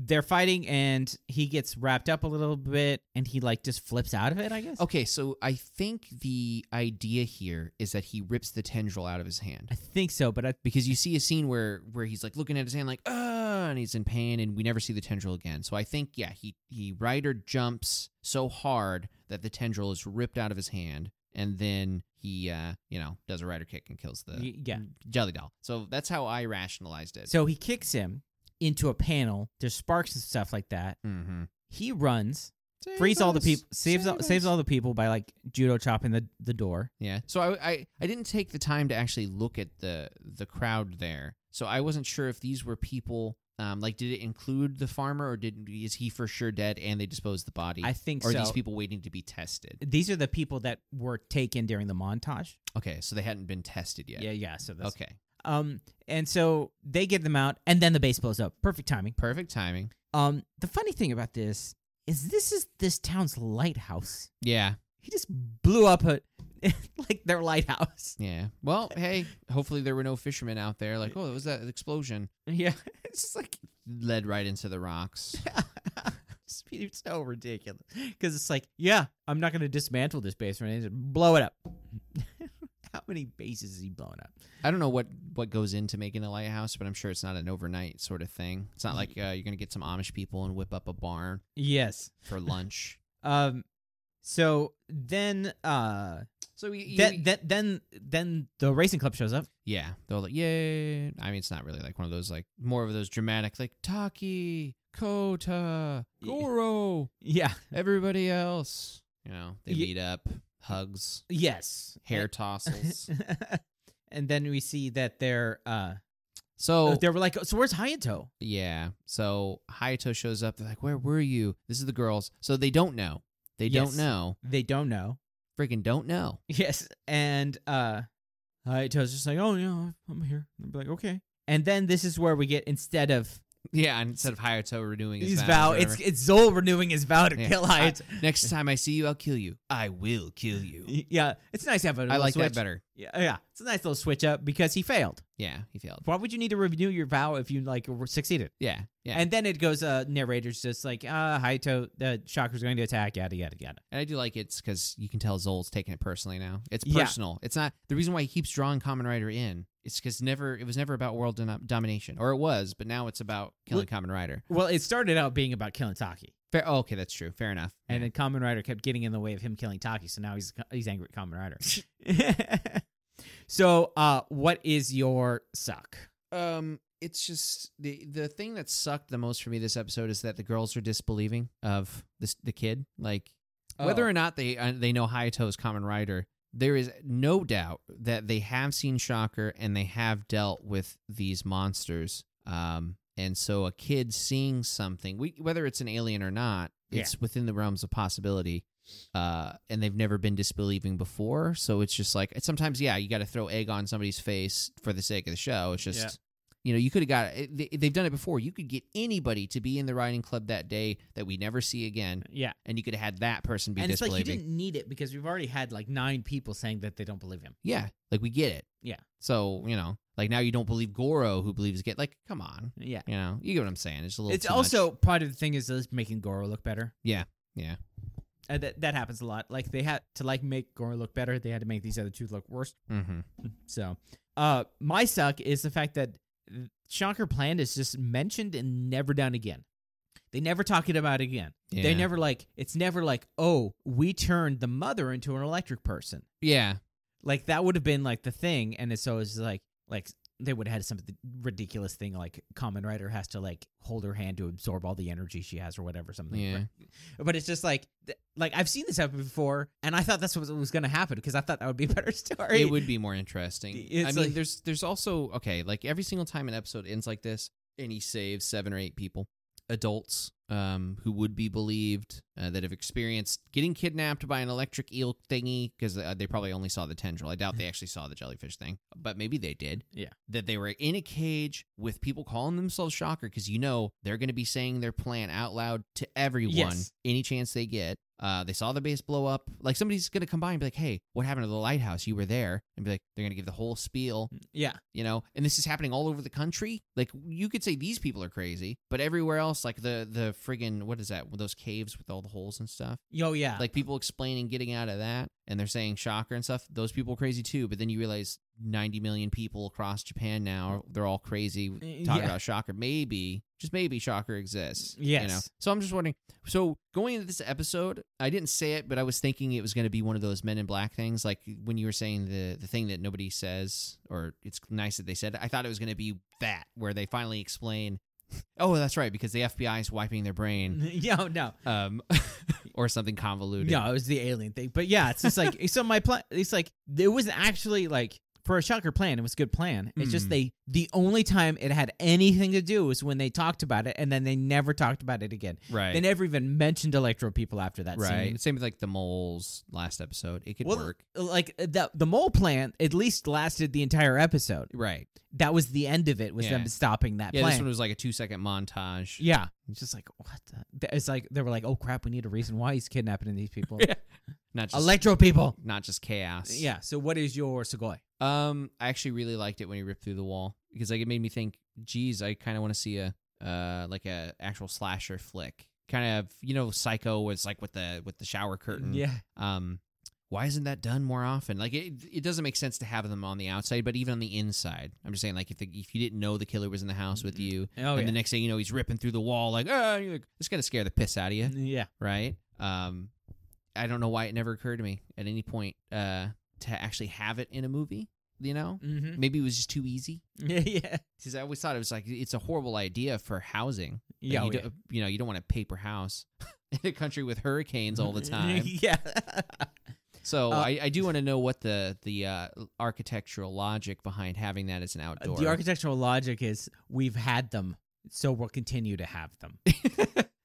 S1: they're fighting and he gets wrapped up a little bit and he like just flips out of it, I guess.
S2: Okay, so I think the idea here is that he rips the tendril out of his hand
S1: I think so, but I
S2: because you see a scene where where he's like looking at his hand like ah, and he's in pain, and we never see the tendril again. So I think yeah, he he rider jumps so hard that the tendril is ripped out of his hand, and then he uh you know does a rider kick and kills the
S1: y- yeah.
S2: jelly doll. So that's how I rationalized it.
S1: So he kicks him into a panel. There's sparks and stuff like that.
S2: mm-hmm.
S1: He runs, frees all the people, saves all, saves all the people by like judo chopping the the door.
S2: Yeah. So I, I I didn't take the time to actually look at the the crowd there. So I wasn't sure if these were people. Um, like, did it include the farmer, or did is he for sure dead and they disposed the body?
S1: I think
S2: or are
S1: so.
S2: these people waiting to be tested?
S1: These are the people that were taken during the montage.
S2: Okay, so they hadn't been tested yet.
S1: Yeah, yeah. So that's
S2: Okay.
S1: um, and so they get them out, and then the base blows up. Perfect timing.
S2: Perfect timing.
S1: Um, the funny thing about this is this is this town's lighthouse.
S2: Yeah.
S1: He just blew up a like their lighthouse.
S2: Yeah. Well, hey, hopefully there were no fishermen out there. Like, oh, it was that explosion
S1: Yeah, it's just like
S2: led right into the rocks.
S1: Just be- it's so ridiculous because it's like, yeah, I'm not going to dismantle this base or anything. Blow it up. How many bases is he blowing up?
S2: I don't know what what goes into making a lighthouse, but I'm sure it's not an overnight sort of thing. It's not like uh, you're gonna get some Amish people and whip up a barn
S1: Yes.
S2: for lunch.
S1: Um. So then, uh,
S2: so we,
S1: that, that then then the racing club shows up.
S2: yeah, they're like, yay! I mean, it's not really like one of those like more of those dramatic like Taki, Kota,
S1: Yeah.
S2: Goro,
S1: Yeah.
S2: everybody else. You know, they
S1: Ye-
S2: meet up, hugs,
S1: Yes.
S2: hair tossels.
S1: and then we see that they're uh
S2: So
S1: They were like, so where's Hayato?
S2: yeah, so Hayato shows up. They're like, "Where were you?" This is the girls. So they don't know. They
S1: Yes.
S2: don't know.
S1: They don't know.
S2: Freaking don't know.
S1: Yes. And uh Hayato's just like, oh, yeah, I'm here. I'm like, okay. And then this is where we get, instead of
S2: Yeah, and instead of Hayato renewing his,
S1: his
S2: vows or
S1: vow,
S2: whatever.
S1: it's it's Zol renewing his vow to
S2: Yeah.
S1: kill
S2: I-
S1: Hayato.
S2: next time I see you, I'll kill you. I will kill you.
S1: yeah, it's nice to have a
S2: I
S1: little
S2: like
S1: switch.
S2: that better.
S1: Yeah, yeah, it's a nice little switch up because he failed.
S2: Yeah, he failed.
S1: Why would you need to renew your vow if you like were- succeeded?
S2: Yeah, yeah.
S1: And then it goes, uh, narrator's just like, uh, Hayato, the Shocker's going to attack, yada, yada, yada.
S2: And I do like it's because you can tell Zol's taking it personally now. It's
S1: Yeah.
S2: personal. It's not the reason why he keeps drawing Common Rider in. It's because never it was never about world dom- domination, or it was, but now it's about killing Common Rider.
S1: Well, it started out being about killing Taki.
S2: Fair. Oh, okay, that's true. Fair enough.
S1: And
S2: Yeah.
S1: then Common Rider kept getting in the way of him killing Taki, so now he's he's angry at Common Rider. so, uh, what is your suck?
S2: um, it's just the the thing that sucked the most for me this episode is that the girls are disbelieving of this the kid. Like whether
S1: Oh.
S2: or not they uh, they know Hayato's Common Rider, there is no doubt that they have seen Shocker and they have dealt with these monsters. Um, and so a kid seeing something, we, whether it's an alien or not,
S1: Yeah.
S2: it's within the realms of possibility. Uh, and they've never been disbelieving before, so it's just like it's sometimes, yeah, you got to throw egg on somebody's face for the sake of the show. It's just.
S1: Yeah.
S2: You know, you could have got it. They- They've done it before. You could get anybody to be in the riding club that day that we never see again,
S1: yeah,
S2: and you could have had that person be
S1: and it's like
S2: disbelieving.
S1: you didn't need it because we've already had like nine people saying that they don't believe him.
S2: yeah, like we get it.
S1: Yeah.
S2: So you know, like now you don't believe Goro who believes get like come on,
S1: Yeah,
S2: you know, you get what I'm saying. It's a little.
S1: it's
S2: too much.
S1: also part of the thing is that it's making Goro look better.
S2: Yeah, yeah.
S1: Uh, that that happens a lot. Like they had to like make Goro look better, they had to make these other two look worse.
S2: Mhm.
S1: So, uh, my suck is the fact that Shocker Plan is just mentioned and never done again. They never talk it about again.
S2: Yeah.
S1: They never like it's never like oh we turned the mother into an electric person.
S2: Yeah,
S1: Like that would have been like the thing, and it's always like like they would have had some ridiculous thing like Common Rider has to like hold her hand to absorb all the energy she has or whatever something.
S2: Yeah.
S1: But it's just like th- like I've seen this happen before, and I thought that's what was going to happen because I thought that would be a better story.
S2: it would be more interesting.
S1: It's
S2: I mean,
S1: like-
S2: there's there's also okay, like every single time an episode ends like this, and he saves seven or eight people, adults, um, who would be believed uh, that have experienced getting kidnapped by an electric eel thingy because uh, they probably only saw the tendril. I doubt they actually saw the jellyfish thing, but maybe they did.
S1: Mm-hmm. Yeah.
S2: that they were in a cage with people calling themselves Shocker because you know they're going to be saying their plan out loud to everyone
S1: Yes.
S2: any chance they get. Uh, they saw the base blow up. Like somebody's gonna come by and be like, "Hey, what happened to the lighthouse? You were there." And be like, they're gonna give the whole spiel,
S1: yeah.
S2: you know. And this is happening all over the country. Like you could say these people are crazy, but everywhere else, like the the friggin' what is that? Those caves with all the holes and stuff.
S1: Oh yeah.
S2: Like people explaining getting out of that, and they're saying shocker and stuff. Those people are crazy too. But then you realize ninety million people across Japan now they're all crazy
S1: Uh,
S2: talking
S1: yeah.
S2: about Shocker. Maybe, just maybe, Shocker exists. You know?
S1: Yes.
S2: So I'm just wondering. So going into this episode, I didn't say it, but I was thinking it was going to be one of those Men in Black things, like when you were saying the the thing that nobody says, or it's nice that they said. it. I thought it was going to be that where they finally explain. Oh, that's right, because the FBI is wiping their brain,
S1: no, oh, no,
S2: um, or something convoluted.
S1: no. It was the alien thing, but yeah, it's just like so. My plan, it's like it wasn't actually like for a shocker plan. It was a good plan. It's just
S2: Mhm.
S1: they the only time it had anything to do was when they talked about it, and then they never talked about it again.
S2: right.
S1: They never even mentioned electro people after that.
S2: right.
S1: Scene.
S2: Same with like the moles last episode. It could
S1: Well,
S2: work.
S1: Like the the mole plan at least lasted the entire episode.
S2: Right.
S1: That was the end of it. Was them
S2: Yeah.
S1: stopping that
S2: Yeah.
S1: plan.
S2: This one was like a two second montage.
S1: yeah, it's just like what? The? th- It's like they were like, oh crap, we need a reason why he's kidnapping these people.
S2: Not just
S1: electro people.
S2: not just chaos.
S1: Yeah. So what is your Sugoi?
S2: Um, I actually really liked it when he ripped through the wall because like it made me think, geez, I kind of want to see a uh like a actual slasher flick, kind of you know Psycho was like with the with the shower curtain.
S1: Yeah.
S2: Um, why isn't that done more often? Like it it doesn't make sense to have them on the outside, but even on the inside. I'm just saying like if the, if you didn't know the killer was in the house with you,
S1: Oh
S2: and
S1: yeah.
S2: the next thing you know he's ripping through the wall like ah, and you're like, it's gonna scare the piss out of you,
S1: yeah.
S2: right? Um, I don't know why it never occurred to me at any point uh to actually have it in a movie. You know,
S1: Mm-hmm.
S2: Maybe it was just too easy.
S1: Yeah. Yeah.
S2: Because I always thought it was like it's a horrible idea for housing. Like,
S1: Yeah.
S2: you,
S1: oh, yeah.
S2: don't, you know, you don't want a paper house in a country with hurricanes all the time.
S1: yeah.
S2: So
S1: Uh,
S2: I, I do want to know what the the uh, architectural logic behind having that as an outdoor.
S1: Uh, The architectural logic is we've had them, so we'll continue to have them.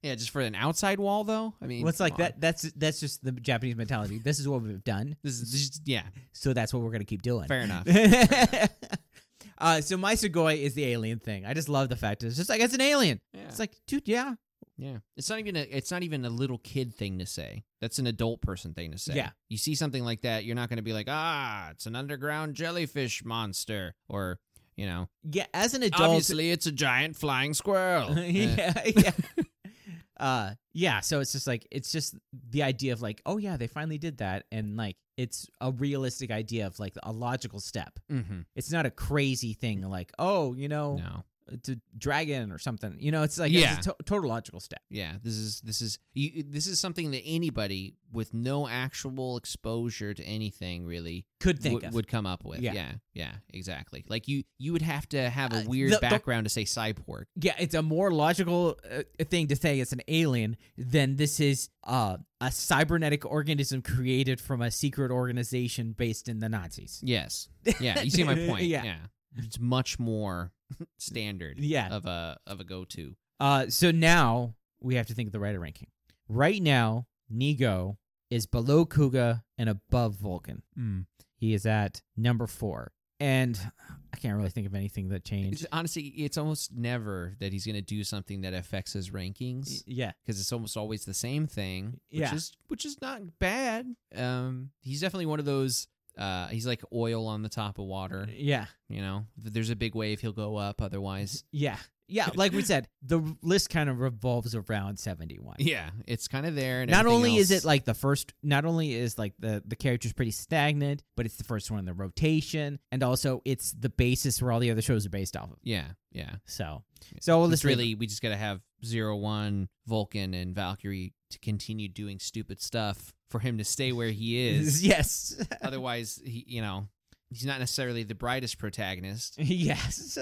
S2: yeah, just for an outside wall though. I mean,
S1: Well, it's like
S2: come on.
S1: that. That's that's just the Japanese mentality. This is what we've done,
S2: This is this is- yeah,
S1: so that's what we're gonna keep doing.
S2: fair enough.
S1: uh, so my Sugoi is the alien thing. I just love the fact that it's just like it's an alien.
S2: Yeah.
S1: It's like, dude, yeah,
S2: Yeah, it's not even a it's not even a little kid thing to say. That's an adult person thing to say.
S1: Yeah.
S2: you see something like that, you're not going to be like, ah, it's an underground jellyfish monster, or you know,
S1: yeah. As an adult,
S2: obviously it's a giant flying squirrel. Eh.
S1: yeah, yeah. Uh, yeah. So it's just like it's just the idea of like, oh yeah, they finally did that, and like it's a realistic idea of like a logical step.
S2: Mhm.
S1: It's not a crazy thing like, oh, you know,
S2: No,
S1: it's a dragon or something. You know, it's like
S2: Yeah.
S1: it's a to- total logical step.
S2: yeah, this is this is you, this is something that anybody with no actual exposure to anything really
S1: Could think
S2: would-
S1: of
S2: would come up with.
S1: Yeah.
S2: Yeah. yeah, exactly. Like you, you would have to have a
S1: Uh,
S2: weird
S1: the- the-
S2: background to say cyborg.
S1: yeah, it's a more logical uh, thing to say it's an alien than this is uh, a cybernetic organism created from a secret organization based in the Nazis.
S2: Yes. Yeah, you see my point.
S1: Yeah.
S2: yeah. It's much more standard
S1: Yeah,
S2: of a of a go to.
S1: Uh, so now we have to think of the writer ranking. Right now, Nigo is below Kuga and above Vulcan.
S2: Hmm.
S1: He is at number four. And I can't really think of anything that changed.
S2: It's, honestly, it's almost never that he's going to do something that affects his
S1: Y-
S2: rankings
S1: Yeah.
S2: because it's almost always the same thing, which
S1: Yeah.
S2: is which is not bad. Um, he's definitely one of those. Uh, he's like oil on the top of water.
S1: Yeah.
S2: You know, if there's a big wave, he'll go up. Otherwise,
S1: Yeah. Yeah. Like we said, the r- list kind of revolves around 71.
S2: yeah, it's kind of there. And
S1: Not
S2: everything
S1: only is
S2: else-
S1: it like the first, not only is like the the character's pretty stagnant, but it's the first one in the rotation, and also it's the basis where all the other shows are based off of.
S2: yeah, yeah.
S1: So, so we'll
S2: it's
S1: just leave
S2: really we just got to have zero one Vulcan and Valkyrie to continue doing stupid stuff for him to stay where he
S1: it.
S2: is.
S1: yes,
S2: Otherwise, he you know he's not necessarily the brightest protagonist.
S1: Yes.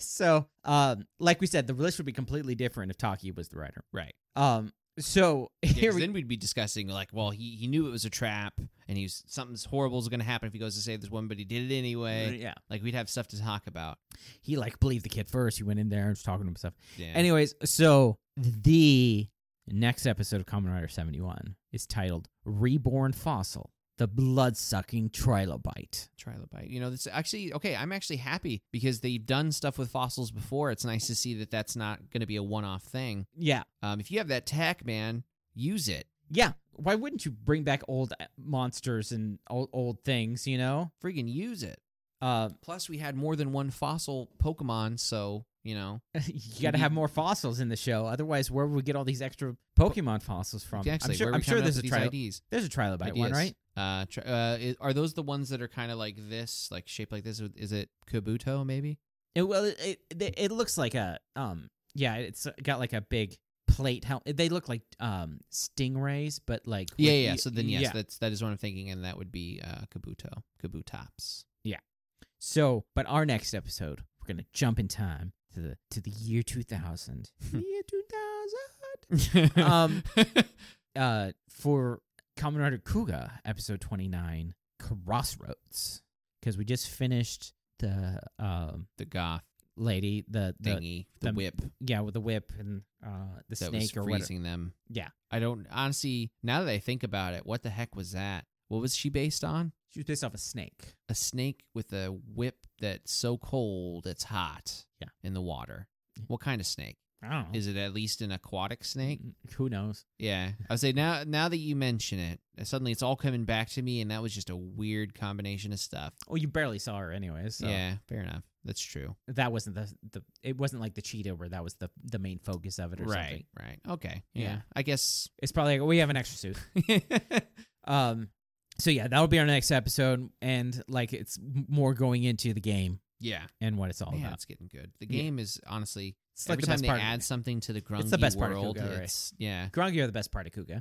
S1: so, um, like we said, the list would be completely different if Taki was the writer.
S2: Right.
S1: Um. So
S2: Yeah,
S1: here
S2: 'cause
S1: we.
S2: then we'd be discussing like, well, he, he knew it was a trap, and he's something's horrible is going to happen if he goes to save this woman, but he did it anyway.
S1: Yeah.
S2: Like we'd have stuff to talk about.
S1: He like believed the kid first. He went in there and was talking to himself.
S2: Yeah.
S1: Anyways, so the next episode of Common Rider seventy one is titled "Reborn Fossil: The Blood Sucking Trilobite."
S2: trilobite. You know, it's actually okay. I'm actually happy because they've done stuff with fossils before. It's nice to see that that's not going to be a one-off thing.
S1: Yeah.
S2: Um, if you have that tech, man, use it.
S1: Yeah. Why wouldn't you bring back old uh, monsters and old old things? You know.
S2: Friggin' use it.
S1: Uh,
S2: Plus, we had more than one fossil Pokemon, so you know
S1: you got to have more fossils in the show. Otherwise, where would we get all these extra Pokemon fossils from?
S2: exactly.
S1: I'm sure,
S2: where are
S1: I'm
S2: we
S1: sure
S2: coming up
S1: there's a
S2: with
S1: tri-
S2: these IDs?
S1: there's a trilobite one,
S2: Ideas.
S1: right?
S2: Uh, tri- uh, i- are those the ones that are kind of like this, like shaped like this? Is it Kabuto? Maybe.
S1: It, well, it, it it- it looks like a um yeah, it's got like a big plate. How they look like um stingrays, but like with
S2: Yeah, yeah.
S1: y-
S2: So then, yes,
S1: yeah.
S2: that's that is what I'm thinking, and that would be uh, Kabuto, Kabutops.
S1: So, but our next episode, we're gonna jump in time to the to the year 2000. year 2000. Um, uh, for Kamen Rider Kuga, episode 29, Crossroads. Because we just finished the um,
S2: the goth
S1: lady, the, the
S2: thingy, the,
S1: the-
S2: whip
S1: yeah, with the whip and uh, the
S2: that was
S1: snake or whatever.
S2: freezing them.
S1: Yeah.
S2: I don't honestly. Now that I think about it, what the heck was that? What was she based on?
S1: She was based off a snake.
S2: a snake with a whip that's so cold it's hot
S1: Yeah.
S2: in the water.
S1: Yeah. Oh.
S2: What kind of snake?
S1: I don't know. Mm,
S2: Is it at least an aquatic snake?
S1: Who knows?
S2: Yeah. I would say now now that you mention it, uh, suddenly it's all coming back to me and that was just a weird combination of stuff.
S1: Oh, you barely saw her anyway, so
S2: Yeah, fair enough. That's true.
S1: that wasn't the, the it wasn't like the cheetah where that was the the main focus of it or something.
S2: Right. Okay. Yeah.
S1: Yeah.
S2: I guess
S1: It's probably like "Oh, we have an extra suit. Um, so yeah, that'll be our next episode, and like it's m- more going into the game
S2: Yeah.
S1: and what it's all
S2: Man,
S1: about.
S2: it's getting good. The
S1: Yeah.
S2: game is honestly
S1: It's
S2: every
S1: like the
S2: time
S1: best
S2: they
S1: part.
S2: add
S1: Ads-
S2: something to the grungy
S1: the best part of
S2: world.
S1: Kuga, right?
S2: it's yeah.
S1: Grungy are the best part of Kuga.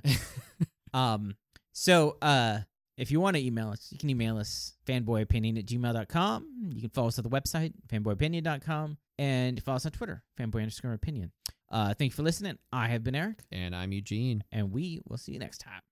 S1: um, so uh, if you want to email us, you can email us fanboyopinion at gmail.com. You can follow us at the website, fanboyopinion.com, and follow us on Twitter, fanboy underscore opinion. Uh, thank you for listening. I have been Eric,
S2: and I'm Eugene.
S1: and we will see you next time.